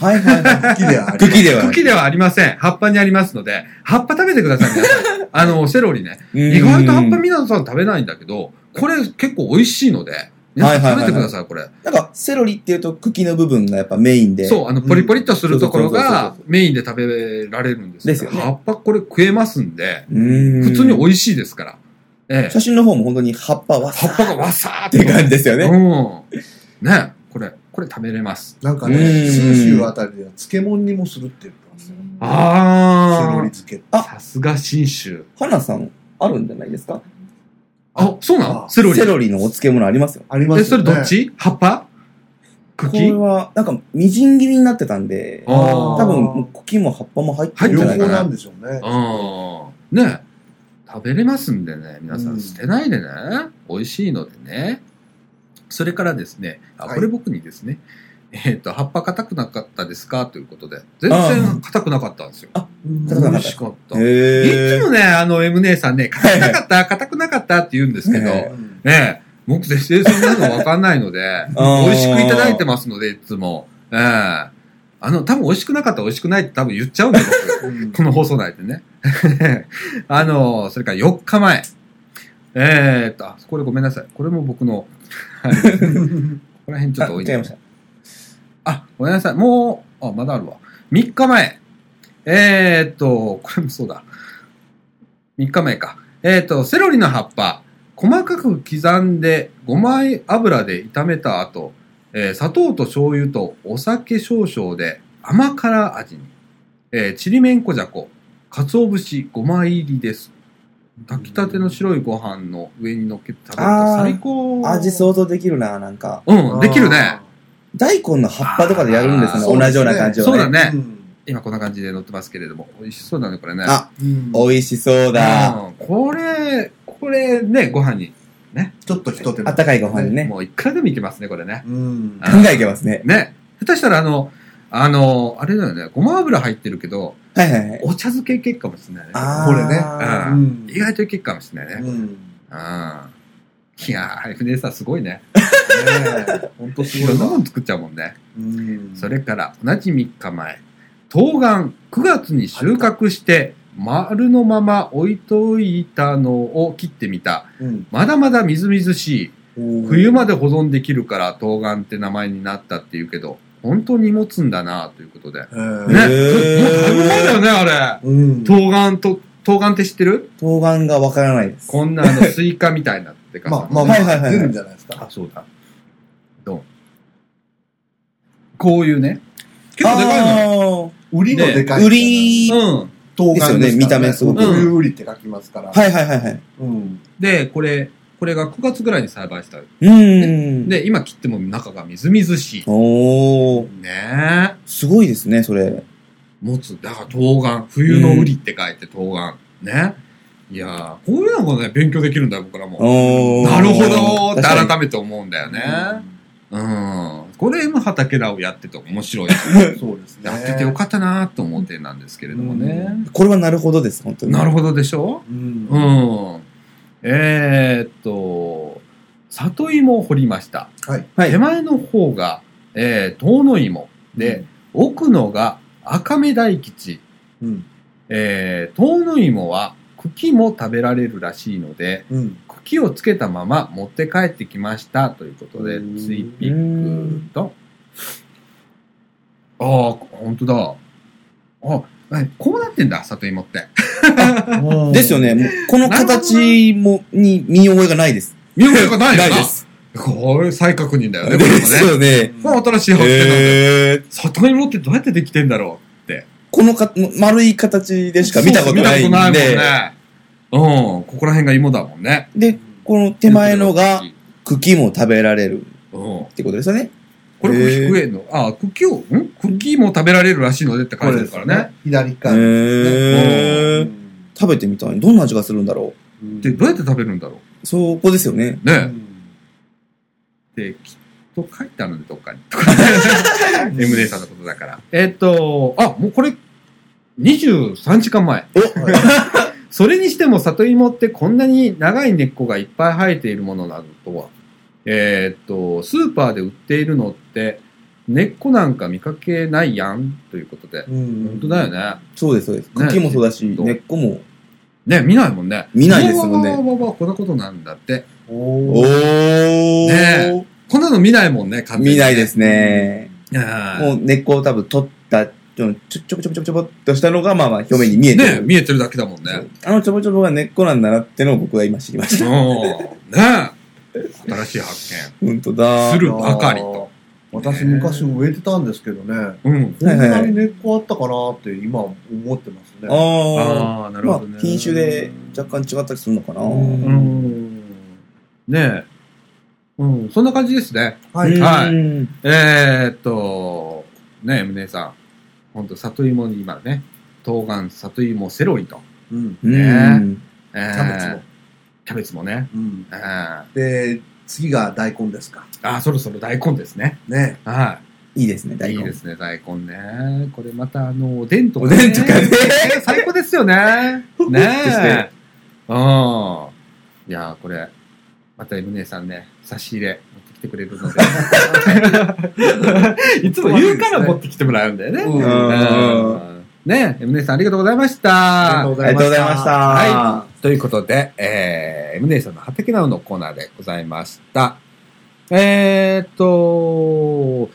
Speaker 4: はいはい
Speaker 2: 好
Speaker 4: は
Speaker 2: きであ
Speaker 4: い。
Speaker 2: り。
Speaker 4: 茎ではな い。
Speaker 1: 茎ではありません。葉っぱにありますので、葉っぱ食べてください、皆さ ん。あの、セロリね。
Speaker 4: 意
Speaker 1: 意外と葉っぱ皆さん食べないんだけど、これ結構美味しいので、皆さん食べてください、これ。
Speaker 4: なんか、セロリっていうと茎の部分がやっぱメインで。
Speaker 1: そう、あの、ポリポリっとするところ
Speaker 4: うん
Speaker 1: が
Speaker 4: そうそうそうそう
Speaker 1: メインで食べられるんですけど
Speaker 4: ですよね
Speaker 1: 葉っぱこれ食えますんで、
Speaker 4: うーん。
Speaker 1: 普通に美味しいですから。ええ
Speaker 4: 写。真の方も本当に葉っぱは
Speaker 1: 葉
Speaker 4: さ
Speaker 1: っぱがわさーっ
Speaker 4: って
Speaker 1: て
Speaker 4: 感じですよね。
Speaker 1: うん。ねこれ、これ食べれます。
Speaker 2: なんかね、
Speaker 4: うん
Speaker 2: 信州あたりでは漬物にもするって言ってますよ。セロ
Speaker 1: あ
Speaker 2: リ漬け。
Speaker 1: あ。さすが信州。
Speaker 4: 花さん、あるんじゃないですか
Speaker 1: あ、そうなの
Speaker 2: あ
Speaker 1: セロリ。
Speaker 4: セロリのお漬物ありますよ。
Speaker 2: あります
Speaker 1: え、そ
Speaker 2: よ
Speaker 1: れ
Speaker 2: ね。
Speaker 1: どっち葉っぱ
Speaker 4: これ
Speaker 1: 茎
Speaker 4: は、なんか、みじん切りになってたんで、
Speaker 1: あー
Speaker 4: 多分、もう茎も葉っぱも入ってるん
Speaker 2: 両
Speaker 4: じゃな
Speaker 2: 方
Speaker 4: いかな。
Speaker 2: なんでしょう
Speaker 1: う
Speaker 2: ね。
Speaker 1: ん。ね食べれますんでね、皆さ
Speaker 2: うんん
Speaker 1: 捨てないでね。美味しいのでね。それからですね、あ、
Speaker 2: はい
Speaker 1: これ僕にですね、えっと、葉っぱ硬くなかったですかということで、全
Speaker 4: あ
Speaker 1: 然
Speaker 4: ー
Speaker 1: 硬くなかったんですよ。
Speaker 4: 硬くな
Speaker 1: 美
Speaker 4: か
Speaker 1: 味し
Speaker 4: っ。
Speaker 1: かったた。い
Speaker 4: へ
Speaker 1: つもね、あの M 姉さんね、硬くなかった、硬くなかったって言うんですけど、
Speaker 4: え
Speaker 1: ね、僕絶対そんなのわかんないので、美
Speaker 4: あー
Speaker 1: 味しくいただいてますので、いつも。ええあの、多分美味しくなかったら美味しくないって多分言っちゃうんだよ、 僕この放送内でね。 あの、それから4日前。えー、っと、あこれごめんなさい。これも僕の、はい ここら辺ちょっと多い
Speaker 4: あ違いました。
Speaker 1: あ、ごめんなさい。もう、あ、まだあるわ。3日前。えー、っと、これもそうだ。3日前か。えー、っと、セロリの葉っぱ。細かく刻んで、ごま油で炒めた後、えー砂糖と醤油とお酒少々で甘辛味に。えーちりめんこじゃこ、かつお節5枚入りです。炊きたての白いご飯の上に乗っけて食べると
Speaker 4: あー
Speaker 1: 最高。
Speaker 4: 味想像できるな、なんか。
Speaker 1: うん、できるね。
Speaker 4: 大根の葉っぱとかでやるんですね、
Speaker 2: あー
Speaker 4: 同じような感じを、ね。
Speaker 1: そうだね
Speaker 2: う。
Speaker 1: 今こんな感じで乗ってますけれども、美味しそうだね、これね。
Speaker 4: あ、
Speaker 2: んうん
Speaker 4: 美味しそうだ。
Speaker 1: うんこれ、これね、ご飯に、
Speaker 2: ちょっと一手間
Speaker 4: あったかいご飯にね。
Speaker 1: もういくらでもいけますね、これね。
Speaker 2: うん
Speaker 1: あ
Speaker 4: 考えてますね。
Speaker 1: ね。下手したら、あの、あの、あれだよね、ごま油入ってるけど、
Speaker 4: はいはいはい。
Speaker 1: お茶漬け結果もしれないね。
Speaker 4: あー
Speaker 2: これね
Speaker 1: あー
Speaker 2: うん
Speaker 1: 意外といけっかもしれないね。
Speaker 2: うん
Speaker 1: うん。いやー、船さんすごいね。
Speaker 2: 本当す
Speaker 1: い
Speaker 2: ご
Speaker 1: ろ
Speaker 2: い
Speaker 1: んなも
Speaker 2: なん
Speaker 1: 作っちゃうもんね。
Speaker 2: うん
Speaker 1: それから、同じ3日前、冬瓜9月に収穫して、丸のまま置いといたのを切ってみた。
Speaker 2: うん
Speaker 1: まだまだみずみずしい。冬
Speaker 4: 冬
Speaker 1: まで保存できるから、冬瓜って名前になったって言うけど、本当に持つんだなということで。ね。
Speaker 2: え
Speaker 1: もう
Speaker 2: ー
Speaker 1: だいぶ前だよね、あれ。
Speaker 2: うん
Speaker 1: 冬瓜と、冬瓜って知ってる
Speaker 4: 冬瓜がわからないです。
Speaker 1: こんなあの、スイカみたいなってかさ。
Speaker 2: まあまあま
Speaker 4: はいはいは
Speaker 2: あ
Speaker 4: い
Speaker 2: 出るんじゃないですか
Speaker 1: あ、そうだ。どん。こういうね。結構でかいのよ。
Speaker 4: の
Speaker 2: 売りのでかい
Speaker 4: 売り、
Speaker 1: うん。
Speaker 2: 当
Speaker 4: ですよね見た目すご
Speaker 1: く
Speaker 2: 冬売りって書きますから
Speaker 4: はいはいはいはい。
Speaker 2: うん
Speaker 1: で、これ、これが9月ぐらいに栽培した。
Speaker 4: うーん。、
Speaker 1: で、今切っても中がみずみずしい。
Speaker 4: おー、
Speaker 1: ねえ。
Speaker 4: すごいですね、それ。
Speaker 1: 持つ。だから、冬瓜。冬の瓜って書いて、冬瓜。ね。いやー、こういうのがね、勉強できるんだよ、僕らも。
Speaker 4: おー。
Speaker 1: なるほどーって
Speaker 4: 確か
Speaker 1: 改めて思うんだよね。うん。これ、M 畑らをやってて面白い。
Speaker 2: そうですね
Speaker 1: やっててよかったなーと思ってなんですけれどもね。
Speaker 4: にこれはなるほどです、本当に。
Speaker 1: なる
Speaker 4: ほ
Speaker 1: ほどでしょ
Speaker 2: うん
Speaker 1: う
Speaker 2: は
Speaker 1: ん。えー、っと、里芋を掘りました。
Speaker 2: い
Speaker 4: はい
Speaker 1: 手前の方が、えー、遠野芋。で、奥のが赤目大吉。
Speaker 2: うん
Speaker 1: えー、遠野芋は茎も食べられるらしいので、
Speaker 2: うん
Speaker 1: 茎をつけたまま持って帰ってきましたということで、
Speaker 2: うん
Speaker 1: ツイピックと。ああ、ほんとだ。あ、えこうなってんだ、里芋って。
Speaker 4: どですよね。もうこの形も、に見覚えがないです。
Speaker 1: 見覚えがないよな。
Speaker 4: です。
Speaker 1: これ再確認だよね、これも
Speaker 4: で
Speaker 1: ね。
Speaker 4: すよね。
Speaker 1: これ新しい発見なんだよ。
Speaker 4: へー。
Speaker 1: 里芋ってどうやってできてんだろ
Speaker 4: このか、丸い形
Speaker 1: う
Speaker 4: でしか見たことないん
Speaker 1: 見たことない
Speaker 4: で、
Speaker 1: もんね。うん、ここら辺が芋だもんね。
Speaker 4: で、この手前のが、茎も食べられる
Speaker 1: うん。
Speaker 4: ってことですよね。
Speaker 1: これ、菊園の、あ、茎を、ん茎も食べられるらしいのでって書いてあるからね。
Speaker 2: 左
Speaker 4: へ
Speaker 2: 側
Speaker 1: へ
Speaker 4: ー。食べてみたい。どんな味がするんだろ
Speaker 1: で、どうやって食べるんだろ
Speaker 4: う。そこですよね。
Speaker 1: う。ね。で、きっと書いてあるんで、どっか に。とかね M 姉さんのことだから。えっと、あ、もうこれ、23時間前。 それにしても里芋ってこんなに長い根っこがいっぱい生えているものなどとは、えーっと、スーパーで売っているのって、根っこなんか見かけないやんということで。本
Speaker 2: 本
Speaker 1: 当だよね。
Speaker 4: そうです、そうです。
Speaker 1: ね
Speaker 4: 茎もそうだし、
Speaker 1: きっと
Speaker 4: 根っこも。
Speaker 1: ね、見ないもんね。
Speaker 4: 見ないですもんね
Speaker 1: わわわわわこんなことなんだって。
Speaker 2: お
Speaker 4: お
Speaker 2: ー
Speaker 4: ー。
Speaker 1: ねこんなの見ないもんね、完全に
Speaker 4: 見ないですね。
Speaker 1: ね。
Speaker 4: もう根っこを多分取った、ちょちょぼちょぼちょぼちょぼっとしたのが、まあまあ表面に見えて
Speaker 1: ね、
Speaker 4: る。
Speaker 1: 見えてるだけだもんね。
Speaker 4: そうあのちょぼちょぼが根っこなんだなってのを僕は今知りまし
Speaker 1: うん。ね新しい発
Speaker 4: た。本当だ。
Speaker 1: するばかりと。
Speaker 2: 私昔植えてたんですけどね、
Speaker 1: 見。うん。
Speaker 2: こんなに根っこあったかなって今思ってますね。
Speaker 4: ああ。
Speaker 1: ああ、なる
Speaker 4: ま
Speaker 1: ほ
Speaker 4: あ
Speaker 1: どね。、
Speaker 4: 品種で若干違ったりするのかな。
Speaker 2: うん
Speaker 1: うんねえ。うん、そんな感じですね。
Speaker 2: はい。
Speaker 1: はい
Speaker 4: い。
Speaker 1: えー、っと、ねえ、M 姉さん。ほんと、里芋に今ね、冬瓜、里芋、セロリと。
Speaker 2: うん。
Speaker 4: うん。
Speaker 1: え
Speaker 2: キ
Speaker 1: ー
Speaker 2: ャベツも。
Speaker 1: キャベツもね。
Speaker 2: うん。
Speaker 1: えー、あ
Speaker 2: で、次が大根ですか。
Speaker 1: ー、そろそろ大根ですね。
Speaker 2: ね。
Speaker 1: はい。
Speaker 4: いいですね、大
Speaker 1: いい
Speaker 4: 根。
Speaker 1: ですね、大根ね。これまた、あの、おでんとかね。
Speaker 4: おでんとかね
Speaker 1: 最高ですよね。ね
Speaker 4: ふっとして
Speaker 1: え。うん。いやーこれ、また M 姉さんね、差し入れ持ってきてくれるの で。いつも言うから持ってきてもらうんだよね。
Speaker 2: うん
Speaker 1: うんねえ、M 姉さんありがとうございました。
Speaker 4: ありがとうございました。。
Speaker 1: はということで、えー、M 姉さんの畑直のコーナーでございました。えー、っと、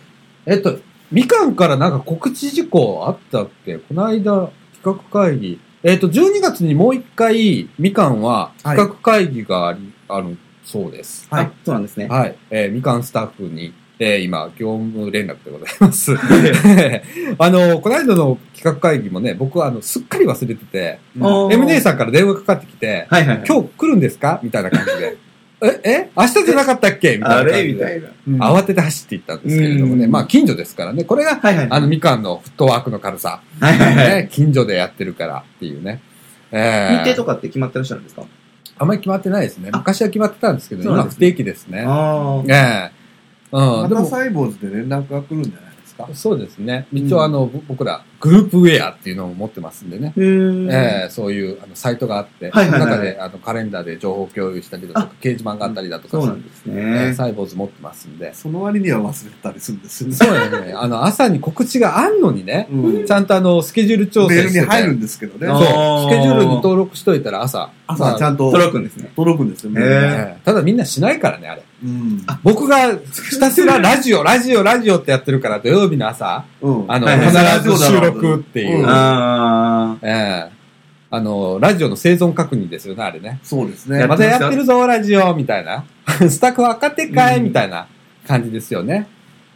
Speaker 1: えっと、みかんからなんか告知事項あったっけこの間、企画会議。えーっと、12月にもう一回、みかんは
Speaker 4: はい
Speaker 1: 企画会議があり、あるそうです。
Speaker 4: はい
Speaker 3: あそうなんですね。
Speaker 1: はい。えーみかんスタッフに、えー今、業務連絡でござい ます。 あの、この間の企画会議もね、僕はあの、すっかり忘れてて、
Speaker 4: うん
Speaker 3: おー
Speaker 1: M 姉さんから電話かかってきて、
Speaker 4: はいはいはい。
Speaker 1: 今日来るんですかみたいな感じで。え、え明日じゃなかったっけみた
Speaker 4: あ
Speaker 1: いな感
Speaker 4: れ
Speaker 1: じ
Speaker 4: みた
Speaker 1: で。
Speaker 4: いな。
Speaker 1: 慌てて走っていったんですけれどもね。
Speaker 4: うん
Speaker 1: まあ、近所ですからね。これが、
Speaker 4: はいはい。
Speaker 1: あの、みかんのフットワークの軽さ。
Speaker 4: はいはいはい。
Speaker 1: ね、近所でやってるからっていうね。え
Speaker 4: 日程と
Speaker 1: か
Speaker 4: かって決まってらっしゃるんですか
Speaker 1: あんまり決まってないですね。
Speaker 4: あ
Speaker 1: 昔は決まってたんですけど、
Speaker 4: そうな
Speaker 1: 今
Speaker 4: んで
Speaker 1: 不
Speaker 4: すね
Speaker 1: 定期ですね。
Speaker 4: あ
Speaker 1: ええう
Speaker 2: ま
Speaker 1: ん。で
Speaker 2: た
Speaker 1: も、
Speaker 2: サイボーズで連絡が来るんじゃないですか。
Speaker 1: そうですね。一応、あの、ぼ僕ら、グループウェアっていうのを持ってますんでね。
Speaker 3: へー
Speaker 1: えーそういうあのサイトがあって、
Speaker 4: はいはいはいはい
Speaker 1: その中であのカレンダーで情報共有したりだとか、掲示板があったりだとか、
Speaker 4: そうなんです
Speaker 1: えー
Speaker 4: ね。
Speaker 1: サイボーズ持ってますんで。
Speaker 2: その割には忘れたりするんですよね。
Speaker 1: そうやね。あの、朝に告知があんのにね、
Speaker 2: うん
Speaker 1: ちゃんとあの、スケジュール調整
Speaker 2: メー
Speaker 1: し
Speaker 2: ル
Speaker 1: て
Speaker 2: に
Speaker 1: て
Speaker 2: 入るんですけどね。
Speaker 4: あ
Speaker 1: そう。スケジュールに
Speaker 4: あー
Speaker 1: 登録しといたら朝。ま
Speaker 2: 朝
Speaker 1: あ
Speaker 2: ちゃんと
Speaker 4: 届くんですね。
Speaker 2: 届くんですよね。
Speaker 4: へー
Speaker 1: えーただみんなしないからね、あれ。
Speaker 2: うん。
Speaker 1: 僕がひたすらラジオ、ラジオ、ラジオってやってるから、土曜日の朝、
Speaker 2: うん。
Speaker 1: あの、
Speaker 4: はいはい
Speaker 1: 必ず収録っていう。
Speaker 2: うん
Speaker 4: あ
Speaker 1: えーあの、ラジオの生存確認ですよね、あれね。
Speaker 2: そうです
Speaker 4: や
Speaker 2: ね
Speaker 4: っ。
Speaker 1: またやってるぞ、ラジオみたいな。 スタッフ若手かい
Speaker 4: うん
Speaker 1: みたいな感じですよね。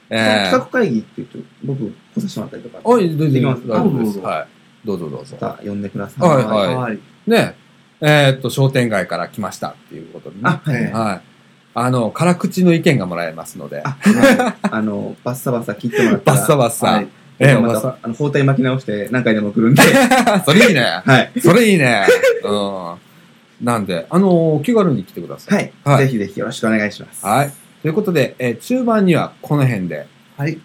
Speaker 1: え
Speaker 3: 企
Speaker 1: え
Speaker 3: 画会議って言うと、僕、来させてもらったりとか。
Speaker 1: おい、どうぞ
Speaker 3: でき
Speaker 1: ど
Speaker 3: ま
Speaker 1: う
Speaker 3: す
Speaker 1: ぞ。大丈夫です。
Speaker 2: どうぞ
Speaker 1: はい。どうぞどうぞ
Speaker 3: ま。た呼んでください。
Speaker 1: はい
Speaker 3: い。
Speaker 1: はい
Speaker 2: はい。
Speaker 1: ねえ、えーっと、商店街から来ましたっていうことでね。
Speaker 3: あ、はいはい。
Speaker 1: はい。あの、辛口の意見がもらえますので。
Speaker 3: あ、あの、バッサバッサ切ってもらった
Speaker 1: バ
Speaker 3: ら。
Speaker 1: ッサ
Speaker 3: バ
Speaker 1: バッサ。
Speaker 3: はい。
Speaker 1: ええ、お
Speaker 3: ま
Speaker 1: ばさん。
Speaker 3: た、あの、包帯巻き直して何回でも来るんで。
Speaker 1: それいいね。
Speaker 3: はい。
Speaker 1: それいいね。うん。なんで、あの気軽に来てください。
Speaker 3: はい。
Speaker 1: はい
Speaker 3: ぜひぜひよろしくお願いします。
Speaker 1: はい。ということで、えー中盤にはこの辺で。
Speaker 2: はい。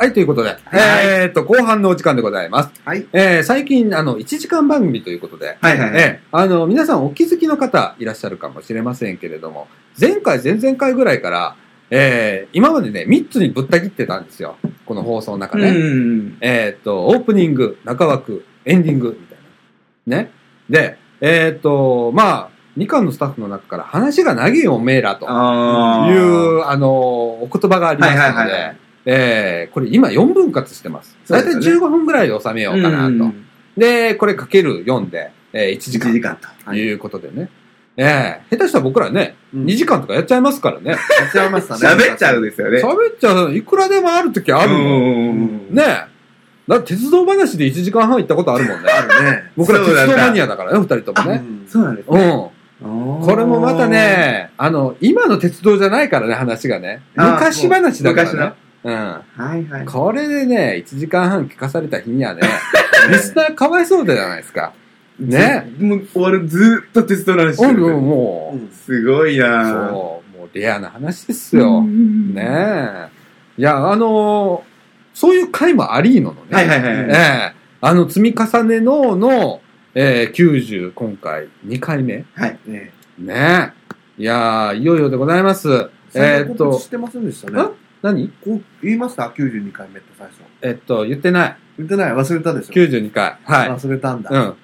Speaker 1: はい、ということで、えーっと、後半のお時間でございます。
Speaker 2: はい
Speaker 1: えー最近、あの、1時間番組ということで、
Speaker 4: はいはいはい。
Speaker 1: えーあの、皆さんお気づきの方いらっしゃるかもしれませんけれども、前回、前々回ぐらいから、えー今までね、3つにぶった切ってたんですよ。この放送の中
Speaker 4: う
Speaker 1: ね。
Speaker 4: ん。
Speaker 1: えーっと、オープニング、中枠、エンディング、みたいな。ね。で、えーっと、まあ、2巻のスタッフの中から話が長いよ、おめえら、という、
Speaker 4: ああ。。
Speaker 1: あの、お言葉がありましたので、
Speaker 4: はいはいはい
Speaker 1: えーこれ今4分割してます。
Speaker 4: そう
Speaker 1: だい
Speaker 4: で
Speaker 1: た
Speaker 4: す
Speaker 1: い
Speaker 4: よね
Speaker 1: 15分ぐらいで収めようかなと。で、これかける4で、えー1
Speaker 4: 1
Speaker 1: 時間
Speaker 4: 時間と。
Speaker 1: ということでね。えー下手したら僕らね、
Speaker 2: うん
Speaker 1: 2時間とかやっちゃいますからね。
Speaker 2: やっちゃいましたね。
Speaker 4: 喋っちゃうんですよね。
Speaker 1: 喋っちゃう、いくらでもある時あるもん。
Speaker 4: ん
Speaker 1: ねえ。だって鉄道話で1時間半行ったことあるもんね。
Speaker 2: あるね。
Speaker 1: 僕ら
Speaker 4: そうな
Speaker 1: 鉄
Speaker 4: んだ
Speaker 1: 道マニアだからね、二人ともね。
Speaker 2: ん
Speaker 3: そうなんです
Speaker 1: う
Speaker 3: ね。
Speaker 1: ん。これもまた、ね、あの、今の鉄道じゃないからね、話がね。
Speaker 4: あ
Speaker 1: 昔話だからね。う
Speaker 3: はいはい
Speaker 1: ん。。これでね、1時間半聞かされた日にはね、リスナーかわいそうじゃないですか。ね。
Speaker 4: もう終わる、ずーっとテストの話し
Speaker 1: う
Speaker 4: て
Speaker 1: ん、
Speaker 4: る。
Speaker 1: も
Speaker 2: うん
Speaker 4: すごい
Speaker 1: うん、
Speaker 4: なぁ。
Speaker 1: そう、もうレアな話ですよ。ね
Speaker 4: ね
Speaker 1: え。いや、あのーそういう回もありーののね。
Speaker 4: はいはいはい
Speaker 1: え
Speaker 4: はい。
Speaker 1: えあの、積み重ねの、の、えー、90、今回、2回目。
Speaker 2: ね
Speaker 1: ねえ。いやー、いよいよでございます。えー
Speaker 2: えっ
Speaker 1: っ
Speaker 2: と。
Speaker 1: と
Speaker 2: 知っ、てませんでしたね。
Speaker 1: ん何
Speaker 2: こう言いました ?92 回目って最初。
Speaker 1: えっと、言ってない。
Speaker 2: 言ってない忘れたでしょ
Speaker 1: 92回。はい。
Speaker 2: 忘れたんだ。
Speaker 1: う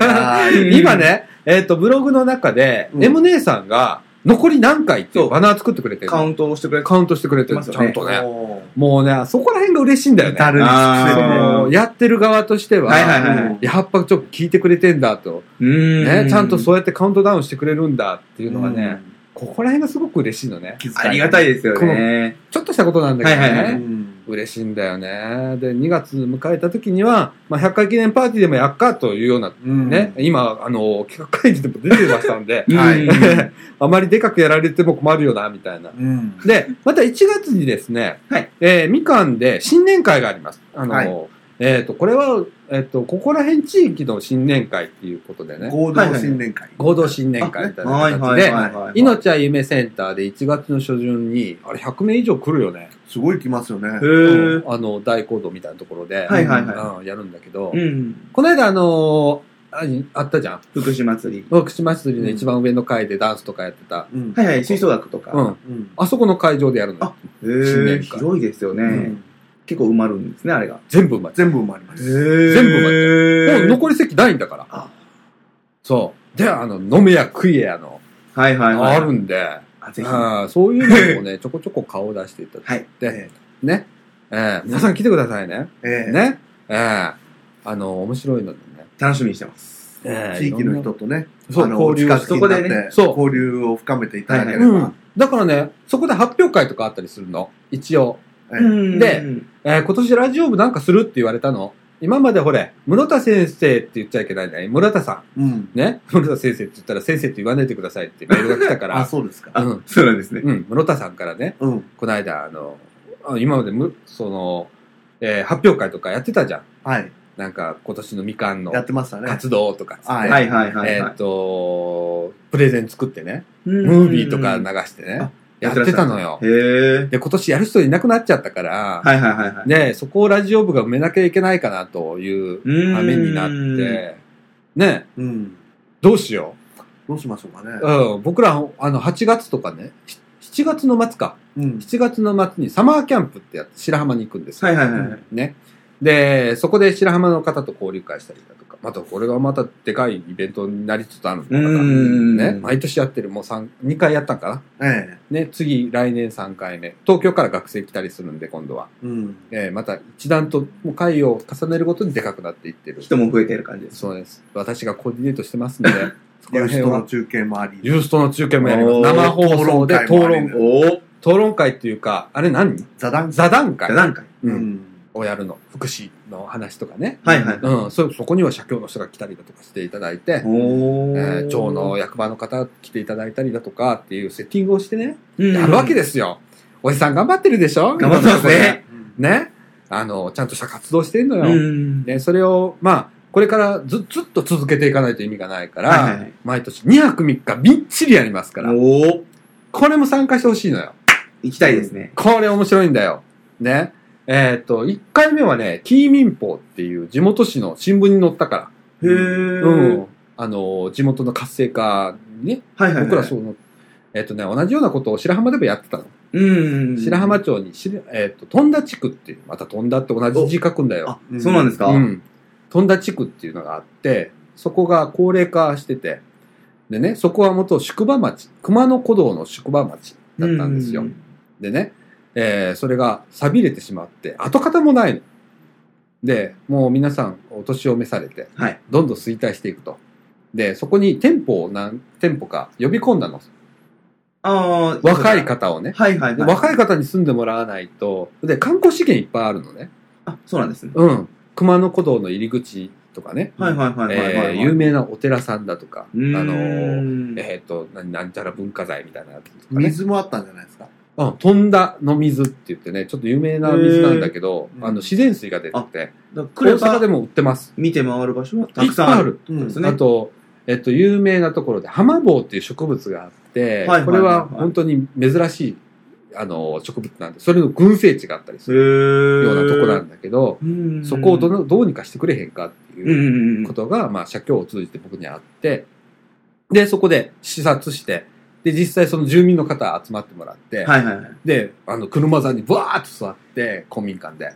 Speaker 2: あー
Speaker 1: ん。今ね、えっと、ブログの中で、
Speaker 2: うん
Speaker 1: M 姉さんが、残り何回ってい
Speaker 4: そうう
Speaker 1: バナー作ってくれてる
Speaker 4: カウントをしてくれる。
Speaker 1: カウントしてくれてる、
Speaker 4: ますよ
Speaker 1: ち
Speaker 4: ね
Speaker 1: ゃんとね。
Speaker 2: おー
Speaker 1: もうね、そこら辺が嬉しいんだよね。
Speaker 2: だるいっ
Speaker 4: あー
Speaker 2: す
Speaker 1: そ
Speaker 2: ね
Speaker 1: のやってる側としては、
Speaker 4: はいはいはいはい
Speaker 1: やっぱちょっと聞いてくれてんだと、
Speaker 4: うん
Speaker 1: ね、ちゃんとそうやってカウントダウンしてくれるんだっていうのがね、
Speaker 2: うん
Speaker 1: ここら辺がすごく嬉しいのね。
Speaker 2: 気遣
Speaker 4: ありがたいですよ
Speaker 1: こ
Speaker 4: ね。
Speaker 1: ちょっとしたことなんだけどね。
Speaker 4: はいはいは
Speaker 2: う
Speaker 4: い
Speaker 2: ん
Speaker 1: 嬉しいんだよね。で、2月迎えた時には、まあ、100回記念パーティーでもやっかというような、
Speaker 2: うん
Speaker 1: ね、今、あの、企画会議でも出てましたんで、
Speaker 2: はい
Speaker 4: うん
Speaker 1: はいあまりでかくやられても困るよな、みたいな。
Speaker 2: うん
Speaker 1: で、また1月にですね、
Speaker 4: はい
Speaker 1: えーみかんで新年会があります。あの、
Speaker 2: はい
Speaker 1: えっ、と、これは、えっ、と、ここら辺地域の新年会っていうことでね、
Speaker 2: 合同新年会
Speaker 1: 合同新年会みたいな
Speaker 4: はい
Speaker 1: 形
Speaker 4: はいはい
Speaker 1: で、
Speaker 4: はいはい。
Speaker 1: 命は夢センターで1月の初旬に、あれ100名以上来るよね。
Speaker 2: すごい来ますよね
Speaker 4: へー
Speaker 1: あの、大講堂みたいなところで、
Speaker 4: はいはいは
Speaker 1: うんやるんだけど、
Speaker 4: い。うん。
Speaker 1: この間あのーああったじゃん。
Speaker 4: 福祉祭り。
Speaker 1: 福祉祭りの一番上の階でダンスとかやってた。
Speaker 2: うん
Speaker 4: はいはい、吹奏楽とか。
Speaker 1: うん。
Speaker 2: うん
Speaker 1: あそこの会場でやるの。
Speaker 4: あへえ、
Speaker 1: 新年会
Speaker 4: 広いですよね、
Speaker 2: うん
Speaker 4: 結構埋まるんですね、あれが。
Speaker 1: 全部埋まっちゃ
Speaker 2: 全部埋まりま
Speaker 4: へ
Speaker 2: す
Speaker 1: 全部うもう
Speaker 4: 埋
Speaker 1: 残り席ないんだから。
Speaker 4: あ
Speaker 1: そう。で、あの、飲めや食えやの、
Speaker 4: はいはいはい。
Speaker 1: あるんで、
Speaker 4: あぜひ。
Speaker 1: あーそういうのもね、ちょ こちょこ顔を出していただいて、
Speaker 2: はい
Speaker 1: ね、えー皆さん来てくださいね。
Speaker 2: ええ
Speaker 1: ね、えーあの、面白いのでね。
Speaker 4: 楽しみにしてます。
Speaker 1: えー
Speaker 2: 地域の
Speaker 1: いろんな
Speaker 2: 人とね
Speaker 1: そう、
Speaker 2: あの
Speaker 1: 交流を
Speaker 2: お
Speaker 1: し
Speaker 2: 近く
Speaker 1: て
Speaker 2: になって
Speaker 4: そこで
Speaker 1: そう
Speaker 2: 交流を深めていただければ、
Speaker 1: うん。だからね、そこで発表会とかあったりするの。一応。
Speaker 2: ええ
Speaker 4: ん
Speaker 1: でえー今年ラジオ部なんかするって言われたの。今までほれ、室田先生って言っちゃいけないんだね。室田さ
Speaker 2: うん
Speaker 1: ん。ね。室田先生って言ったら先生って言わないでくださいってメールが来たか
Speaker 2: あ
Speaker 1: ら。
Speaker 2: そうですか
Speaker 1: う
Speaker 4: あ、
Speaker 1: ん。
Speaker 4: そうなんですね。
Speaker 1: うん。室田さんからね、
Speaker 2: うん
Speaker 1: この間、あの、あ今までむ、その、えー発表会とかやってたじゃん。
Speaker 2: はい
Speaker 1: なんか、今年のみかんの
Speaker 2: やってましたね
Speaker 1: 活動とかっつって。
Speaker 2: はい
Speaker 4: はいはいはい、
Speaker 1: えー
Speaker 4: は
Speaker 1: っと、プレゼン作ってね、
Speaker 4: い
Speaker 1: ムービーとか流
Speaker 4: か
Speaker 1: してね
Speaker 4: あ、
Speaker 1: やってたのよ。
Speaker 4: へえ。
Speaker 1: で、今年やる人いなくなっちゃったから、
Speaker 4: はいはいはいはい。
Speaker 1: ね、そこをラジオ部が埋めなきゃいけないかなという
Speaker 4: う
Speaker 1: 羽目になっ
Speaker 4: ん。
Speaker 1: て、ね、
Speaker 2: うん
Speaker 1: どうしよ
Speaker 2: どうしましょうかね
Speaker 1: う。うん、僕ら、あの、8月とかね、し7月の末か。
Speaker 2: うん
Speaker 1: 7月の末にサマーキャンプってやって白浜に行くんですよ
Speaker 4: はいはいはいはい。
Speaker 1: ね。で、そこで白浜の方と交流会したりだとか、またこれがまたでかいイベントになりつつある
Speaker 4: う
Speaker 1: の
Speaker 4: ん
Speaker 1: またね、毎年やってる、もう三2回やったんかな。
Speaker 2: え
Speaker 1: ね、次、来年3回目。東京から学生来たりするんで、今度は。
Speaker 2: えうん
Speaker 1: えーまた一段ともう回を重ねるごとにでかくなっていってる。
Speaker 4: 人も増えてる感じです。
Speaker 1: そうです。私がコーディネートしてますんで、そこ
Speaker 2: ユ
Speaker 1: ら
Speaker 2: ース
Speaker 1: 辺
Speaker 2: ト
Speaker 1: は。
Speaker 2: の中継もあり
Speaker 1: ユーストの中継もやります。
Speaker 4: おー
Speaker 1: 生放送で討
Speaker 2: 討論会もあり
Speaker 1: 論、
Speaker 4: おお
Speaker 1: 討論会っていうか、あれ何
Speaker 2: 座談
Speaker 1: 座談会
Speaker 4: じゃなんか。
Speaker 1: う、
Speaker 2: うんん
Speaker 1: をやるの。福祉の話とかね。
Speaker 4: はいはい。
Speaker 1: うん、そそこには社協の人が来たりだとかしていただいて、
Speaker 4: お
Speaker 1: え
Speaker 4: お、
Speaker 1: ー町の役場の方来ていただいたりだとかっていうセッティングをしてね、
Speaker 4: や
Speaker 1: やるわけ
Speaker 4: で。
Speaker 1: ですよ。おじさん頑張ってるでしょ
Speaker 4: 頑張ってますね。
Speaker 1: ね。あの、ちゃんとした活動してんのよ。
Speaker 4: うん。
Speaker 1: ね、それを、まあ、これからずずっと続けていかないと意味がないから、
Speaker 4: はいはいはい
Speaker 1: 毎年2泊3日びっちりやりますから、
Speaker 4: おお
Speaker 1: これも参加してほしいのよ。
Speaker 4: 行きたいですね。
Speaker 1: これ面白いんだよ。ね。えーっ、と、1回目はね、キー民報っていう地元紙の新聞に載ったか
Speaker 4: へえ。
Speaker 1: ら、うん。あの、地元の活性化にね、
Speaker 4: はいはいはい。
Speaker 1: 僕らそうの、えーっ、とね、同じようなことを白浜でもやってたの。
Speaker 4: うん。
Speaker 1: 白浜町にし、えーっ、と、富田地区っていう、また富田って同じ字書くんだよ。
Speaker 4: あ、そうなんですか、
Speaker 1: うん。富田地区っていうのがあって、そこが高齢化してて、でね、そこは元宿場町、熊野古道の宿場町だったんですよ。
Speaker 4: う
Speaker 1: でね、えーそれが錆びれてしまって、跡形もないの。で、もう皆さんお年を召されて、
Speaker 4: はい
Speaker 1: どんどん衰退していくと。で、そこに店舗を何店舗か呼び込んだの。
Speaker 4: ああ、
Speaker 1: 若い。方をね。
Speaker 4: はいはい
Speaker 1: で
Speaker 4: はい。
Speaker 1: 若い方に住んでもらわないと、で、観光資源いっぱいあるのね。
Speaker 4: あ、そうなんですね。
Speaker 1: うん。熊野古道の入り口とかね。
Speaker 4: はいはいはいはいはいは
Speaker 1: え
Speaker 4: い。
Speaker 1: ー有名なお寺さんだとか、あ
Speaker 4: うーん
Speaker 1: のー、えっ、と、ななんちゃら文化財みたいなやつとかね。
Speaker 2: 水もあったんじゃないですか
Speaker 1: うん、飛んだの水って言ってね、ちょっと有名な水なんだけど、
Speaker 2: へー
Speaker 1: あの、自然水が出てて、
Speaker 4: だからク
Speaker 1: 大
Speaker 4: レバ
Speaker 1: 阪でも売ってます。
Speaker 4: 見て回る場所はた
Speaker 1: い
Speaker 4: く
Speaker 1: っぱ
Speaker 4: さ
Speaker 1: い
Speaker 4: んあ
Speaker 1: あ
Speaker 4: る。
Speaker 1: る。
Speaker 2: うん
Speaker 4: ですね
Speaker 1: あと、えっと、有名なところで、ハマボウっていう植物があって、
Speaker 4: はいはいはいはい
Speaker 1: これは本当に珍しい、あの、植物なんで、それの群生地があったりする
Speaker 4: へ
Speaker 1: ようなとこな
Speaker 4: だ。
Speaker 1: んだけど、
Speaker 4: うん
Speaker 1: そこをどのどうにかしてくれへんかっていううん
Speaker 4: うんうん。
Speaker 1: ことが、まあ、社協を通じて僕にあって、で、そこで視察して、で、実際その住民の方集まってもらって、
Speaker 4: はいはいはい。
Speaker 1: で、あの、車座にブワーッと座って、公民館で、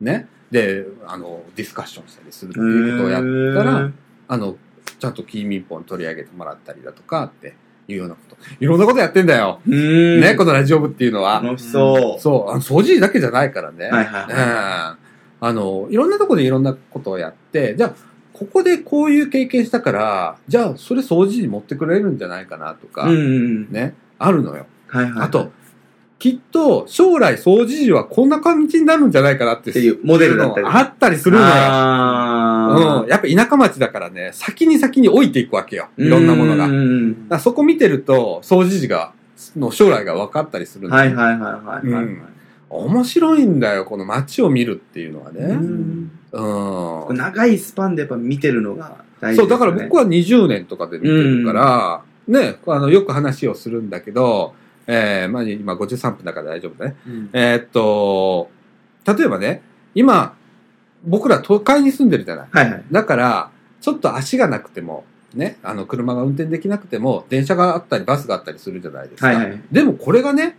Speaker 1: ね、で、あの、ディスカッションしたりするっていうことをやったら、
Speaker 4: へー
Speaker 1: あの、ちゃんとキーミンポン取り上げてもらったりだとかっていうようなこと。いろんなことやってんだよ。
Speaker 4: うん。
Speaker 1: ね、このラジオ部っていうのは。
Speaker 4: 楽しそう。
Speaker 1: そう、あの掃除だけじゃないからね。
Speaker 4: はいはいはい。
Speaker 1: うんあの、いろんなとこでいろんなことをやって、じゃあ、ここでこういう経験したから、じゃあ、それ掃除に持ってくれるんじゃないかなとか、
Speaker 4: うんうん。
Speaker 1: ね、あるのよ。
Speaker 4: はいはい。
Speaker 1: あと、きっと、将来掃除時はこんな感じになるんじゃないかなって
Speaker 4: っていうモデルだったり
Speaker 1: あったりす
Speaker 4: す
Speaker 1: るのよ。
Speaker 4: あ
Speaker 1: うん。やっぱ田舎町だからね、先に先に置いていくわけよ。いろんなものが。だか
Speaker 4: が。
Speaker 1: らそこ見てると、掃除時が、の将来が分かったりするのよ
Speaker 4: はいはいはいはいはいはい。
Speaker 1: うん面白いんだよ、この街を見るっていうのはね。
Speaker 4: う
Speaker 1: うんん。
Speaker 4: 長いスパンでやっぱ見てるのが大事
Speaker 1: そう、だから僕
Speaker 4: は、
Speaker 1: は20年とかで見てるから、ね、あの、よく話をするんだけど、えー、まあ、今53分だから大丈夫だね。
Speaker 2: うん
Speaker 1: えーっと、例えばね、今、僕ら都会に住んでるじゃない。
Speaker 4: はいはい。
Speaker 1: だから、ちょっと足がなくても、ね、あの、車が運転できなくても、電車があったり、バスがあったりするじゃないですか。
Speaker 4: はいはい。
Speaker 1: でもこれがね、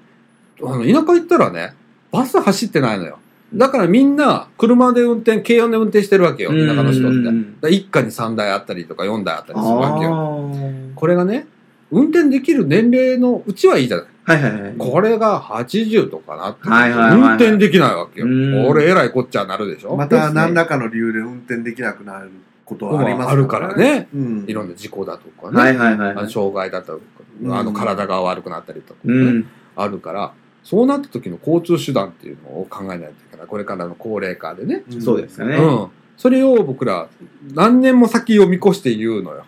Speaker 1: あの、田舎行ったらね、バス走ってないのよ。だからみんな、車で運転、軽音で運転してるわけよ、田舎の人って。だから一家に3台あったりとか4台あったりするわけよ。これがね、運転できる年齢のうちはいいじゃない。
Speaker 4: はいはいはい。
Speaker 1: これが80とかなってくると、
Speaker 4: はいはいはいはい
Speaker 1: 運転できないわけよ。
Speaker 4: うん
Speaker 1: 俺、えらいこっちゃなるでしょ、
Speaker 2: また何らかの理由で運転できなくなることはあります
Speaker 1: あるから。ね。
Speaker 2: うん。
Speaker 1: いろんな事故だとかね。
Speaker 4: はいはいはい
Speaker 1: あ
Speaker 4: は
Speaker 1: の
Speaker 4: い。
Speaker 1: 障害だったとか、
Speaker 2: うん
Speaker 1: あの体が悪くなったりとか、ね
Speaker 4: うん。
Speaker 1: あるから、そうなった時の交通手段っていうのを考えないといけない。これからの高齢化でね。
Speaker 2: うん
Speaker 4: そうですよね。
Speaker 1: うん。それを僕ら、何年も先を見越して言うのよ。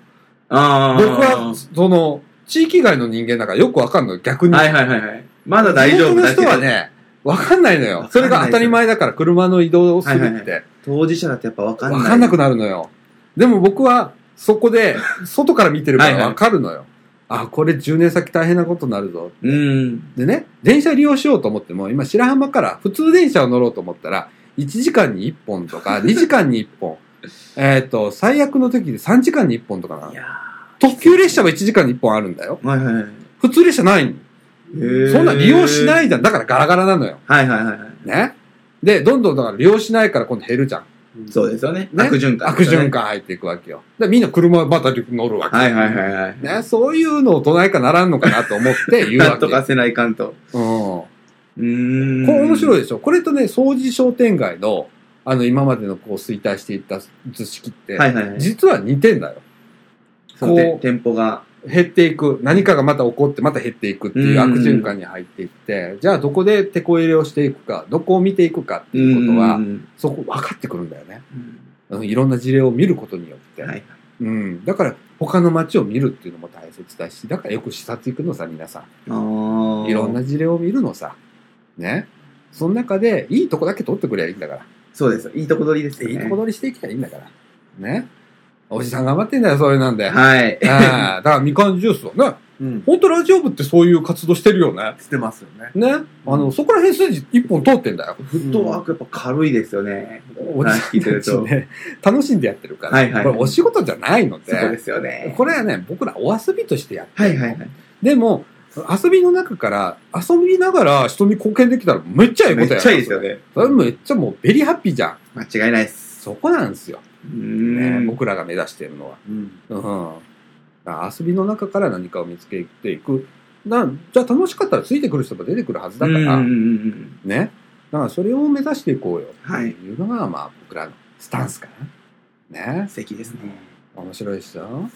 Speaker 4: ああ。
Speaker 1: 僕は、その、地域外の人間だからよくわかんのよ、逆に。
Speaker 4: はいはいはいはい。まだ大丈
Speaker 1: 地
Speaker 4: 夫だ
Speaker 1: 元
Speaker 4: け
Speaker 1: の人
Speaker 4: ど
Speaker 1: は、ね、わかんないのよ
Speaker 4: わ。か
Speaker 1: そ
Speaker 4: んな
Speaker 1: れ
Speaker 4: い
Speaker 1: が当たり前だから、車の移動をす
Speaker 4: はい
Speaker 1: る
Speaker 4: は
Speaker 1: っ
Speaker 4: い
Speaker 1: て、
Speaker 4: 当事者だってやっぱわかんない。
Speaker 1: わかんなくなるのよ。でも僕は、そこ で、外から見てるか
Speaker 4: はい
Speaker 1: ら
Speaker 4: はい
Speaker 1: わかるのよ。あ、これ10年先大変なことになるぞ。
Speaker 4: うん。。
Speaker 1: でね、電車利用しようと思っても、今白浜から普通電車を乗ろうと思ったら、1時間に1本とか、2時間に1本。えっと、最悪の時で3時間に1本とかない
Speaker 4: や
Speaker 1: 特急列車は1時間に1本あるんだよ。
Speaker 4: ーはいはいはい。。
Speaker 1: 普通列車ないのそんな利用しないいじゃん。だからガラガラなのよ。
Speaker 4: はいはいはいはい。
Speaker 1: ね。で、どんどんだから利用しないから今度減るじゃん。
Speaker 4: そうですよね。
Speaker 1: ね
Speaker 4: 悪循環。
Speaker 1: 悪循。環入っていくわけよ。で、みんな車また乗るわけ。
Speaker 4: はいはいはいはい。
Speaker 1: ね、そういうのをどないかならんのかなと思って言う
Speaker 4: な
Speaker 1: わ
Speaker 4: ん
Speaker 1: け。
Speaker 4: とかせないかんと。
Speaker 1: うん。
Speaker 4: うーん。
Speaker 1: これ面白い
Speaker 4: い。
Speaker 1: でしょこれとね、掃除商店街の、あの、今までのこう衰退していった図式って、
Speaker 4: はいはいはい。
Speaker 1: 実は似てんだよ。
Speaker 4: その
Speaker 1: こう
Speaker 4: 店舗が。
Speaker 1: 減っていく。何かがまた起こって、また減っていくっていううん悪循環に入っていって、じゃあどこで手こ入れをしていくか、どこを見ていくかっていうこと
Speaker 4: う
Speaker 1: は、
Speaker 4: ん
Speaker 1: そこ分かってくるんだよね。うんいろんな事例を見ることによって。
Speaker 4: はい。
Speaker 1: うん。だから、他の街を見るっていうのも大切だし、だからよく視察行くのさ、皆さん。
Speaker 4: ああ。
Speaker 1: いろん。な事例を見るのさ。ね。その中で、いいとこだけ取ってくれりゃいいんだから。
Speaker 4: そうです。いいとこ取りですよね。
Speaker 1: いいとこ取りしていきたらいいんだから。ね。おじさん頑張ってんだよ、 そういうなんで。あ
Speaker 4: はい。
Speaker 1: あだからみかんジュースをね。
Speaker 2: うん。
Speaker 1: 本当ラジオ部ってそういう活動してるよね。
Speaker 2: してますよね。
Speaker 1: ね。あの、そこら辺筋一本通ってんだよ。
Speaker 4: フットワークやっぱ軽いですよね。
Speaker 1: おじさんたちね、楽しんでやってるから。
Speaker 4: はいはい
Speaker 1: これお仕事じゃないの
Speaker 4: そこで
Speaker 1: で。
Speaker 4: すよね。
Speaker 1: これはね、僕らお遊びとしてやって
Speaker 4: はいはいはい。
Speaker 1: でも、遊びの中から、遊びながら人に貢献できたらめっちゃいい
Speaker 4: め
Speaker 1: こ
Speaker 4: っ
Speaker 1: とや
Speaker 4: ちゃいいですよね。
Speaker 1: それめっちゃもうベリーハッピーじゃん。
Speaker 4: 間違いないです。
Speaker 1: そこなんですよ。
Speaker 4: う
Speaker 1: ね、
Speaker 4: ん。
Speaker 1: 僕らが目指してるのは。
Speaker 2: うん。
Speaker 1: うん。遊びの中から何かを見つけていく。なじゃあ楽しかったらついてくる人も出てくるはずだ
Speaker 4: う
Speaker 1: か
Speaker 4: んうんう
Speaker 1: ら、
Speaker 4: ん
Speaker 1: ね。だからそれを目指していこうよ。
Speaker 4: はい
Speaker 1: っていうのが、まあ僕らのスタンスかな。
Speaker 4: うん。
Speaker 1: ね。
Speaker 4: 素敵ですね。
Speaker 1: 面白いでしょ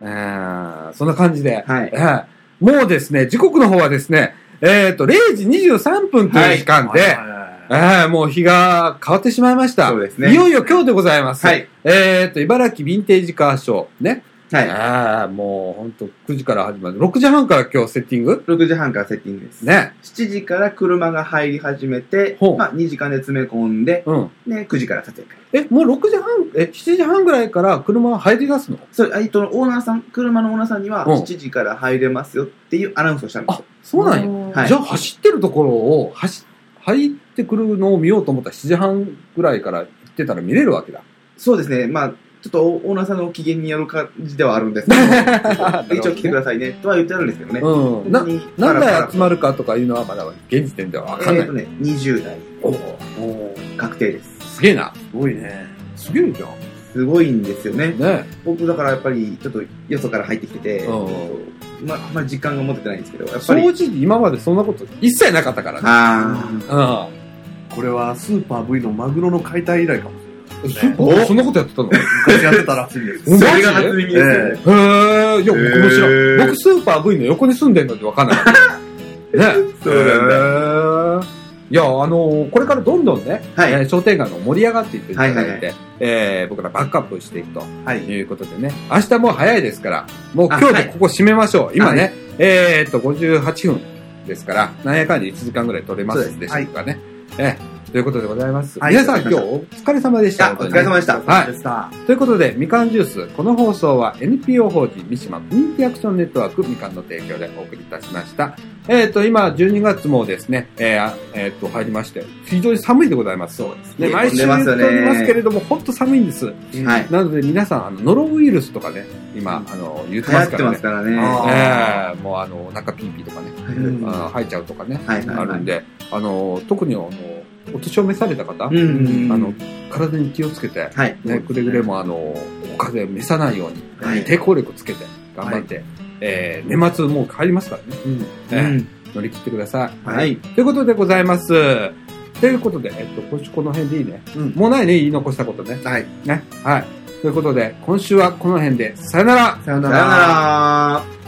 Speaker 1: えーそんな感じで。
Speaker 4: はい
Speaker 1: え。ーもうですね、時刻の方はですね、えっ、と、0時23分という時間で、
Speaker 2: は
Speaker 1: えーもう日が変わってしまいました。
Speaker 4: そうですね
Speaker 1: いよいよ今日でございます。
Speaker 4: はい。
Speaker 1: えっ、と、茨城ヴィンテージカーショー。ね。
Speaker 4: はい。
Speaker 1: ああ、もうほんと9時から始まる。6時半から今日セッティング
Speaker 4: 6時半からセッティングです。
Speaker 1: ね。
Speaker 4: 7時から車が入り始めて
Speaker 1: ほう、
Speaker 4: まあ2時間で詰め込んで、
Speaker 1: うん。
Speaker 4: ね、9時から撮影会。
Speaker 1: え、もう6時半、え、7時半ぐらいから車は入り出すの
Speaker 4: そう、あえっと、オーナーさん、車のオーナーさんには、
Speaker 1: うん
Speaker 4: 7時から入れますよっていうアナウンスをしたんです
Speaker 1: あ
Speaker 4: よ。、
Speaker 1: そうなんや。
Speaker 4: はい
Speaker 1: じゃあ走ってるところを、走、入ってくるのを見ようと思ったら7時半ぐらいから行ってたら見れるわけだ。
Speaker 4: そうですね、まあ、ちょっとオーナーさんの機嫌による感じではあるんですけ ど、 一応来てくださいね、とは言ってあるんですけどね。
Speaker 1: うん。な、
Speaker 4: に
Speaker 1: 何
Speaker 4: パラパ
Speaker 1: 台
Speaker 4: ラ
Speaker 1: 集まるかとかいうのはまだ現時点ではわかん
Speaker 4: え
Speaker 1: な
Speaker 4: っ
Speaker 1: い
Speaker 4: と。ね、20代、
Speaker 1: お
Speaker 4: 確定です。
Speaker 1: すげえな。
Speaker 2: い。すごいね。
Speaker 1: すげえじゃん。
Speaker 4: すごいんですよね。
Speaker 1: ね
Speaker 4: 僕、だからやっぱり、ちょっとよそから入ってきてて、
Speaker 1: うん。
Speaker 4: ま、まあ、実感が持ててないんですけど、やっぱり。
Speaker 1: 掃除時今までそんなこと一切なかったからね。
Speaker 4: あ
Speaker 1: う
Speaker 2: これはスーパー V のマグロの解体以来かもし
Speaker 1: ん。スーパーそんなことやってたのへ
Speaker 2: れない。昔やってたらしいです。
Speaker 4: あ。そ
Speaker 1: マジ
Speaker 4: れが初耳ですよ
Speaker 1: え、い
Speaker 4: ね。
Speaker 1: や、僕も知ら
Speaker 4: へ
Speaker 1: ん。
Speaker 4: ー
Speaker 1: 僕、スーパー V の横に住んでんのでわ かんない。ね。
Speaker 4: そうなんだ。
Speaker 1: へえいや、あのこれからどんどんね、
Speaker 4: はい
Speaker 1: えー商店街が盛り上がっていっていただいて、
Speaker 4: はいはいは
Speaker 1: えー僕らバックアップしていくと
Speaker 2: はい。
Speaker 1: いうことでね、明日もう早いですから、もう今
Speaker 4: あ
Speaker 1: 日
Speaker 4: は
Speaker 1: で
Speaker 4: い
Speaker 1: ここ締めましょう。今ね、
Speaker 4: は
Speaker 1: えーっと、58分ですから、なんやかんや1時間ぐらい取れますでしょうかね。えーということでございます。
Speaker 4: はい
Speaker 1: 皆さん
Speaker 4: わか
Speaker 1: 今
Speaker 4: り
Speaker 1: 日
Speaker 4: ま
Speaker 1: お疲れ様でし
Speaker 4: いや
Speaker 1: た。
Speaker 4: お疲れ様でした。
Speaker 1: はい
Speaker 2: でした。
Speaker 1: ということで、みかんジュース、この放送は NPO 法人三島コミュニティアクションネットワークみかんの提供でお送りいたしました。えっ、と、今、12月もですね、えーあえーと、入りまして、非常に寒いでございます。そうです
Speaker 4: ね
Speaker 1: 毎週
Speaker 4: 出
Speaker 1: 言
Speaker 4: ま
Speaker 1: っ
Speaker 4: す
Speaker 1: てお
Speaker 4: よね
Speaker 1: りますけれども、本当寒いんです。
Speaker 4: はい。
Speaker 1: なので、皆さん、あのノロウイルスとかね、今、あの、言って
Speaker 4: 流行
Speaker 1: ま
Speaker 4: っ
Speaker 1: すか
Speaker 4: て
Speaker 1: ら
Speaker 4: ま
Speaker 1: ね
Speaker 4: す。からね。は
Speaker 2: あ
Speaker 1: えーもう、あの、お腹ピンピンとかね、
Speaker 2: うん
Speaker 1: あー吐いちゃうとかね、
Speaker 4: いはい
Speaker 1: あ
Speaker 4: は
Speaker 1: る
Speaker 4: い
Speaker 1: ん。で、あの、特に、あの、お年を召された方、
Speaker 4: うん。
Speaker 1: あの、体に気をつけて、
Speaker 4: はい。
Speaker 1: ね、くれぐれもあの、お風邪召さないように、
Speaker 4: はい
Speaker 1: 抵抗力つけて、頑張って、えー、年末もう帰りますからね、
Speaker 4: う
Speaker 1: えー
Speaker 4: ん。
Speaker 1: 乗り切ってください。
Speaker 4: はい。
Speaker 1: ということでございます。ということで、えっと、今週この辺でいいね。
Speaker 2: うん
Speaker 1: もうないね、言い残したことね。
Speaker 4: はい。
Speaker 1: ね。はい。ということで、今週はこの辺で、さよなら
Speaker 2: さよ
Speaker 4: さよなら。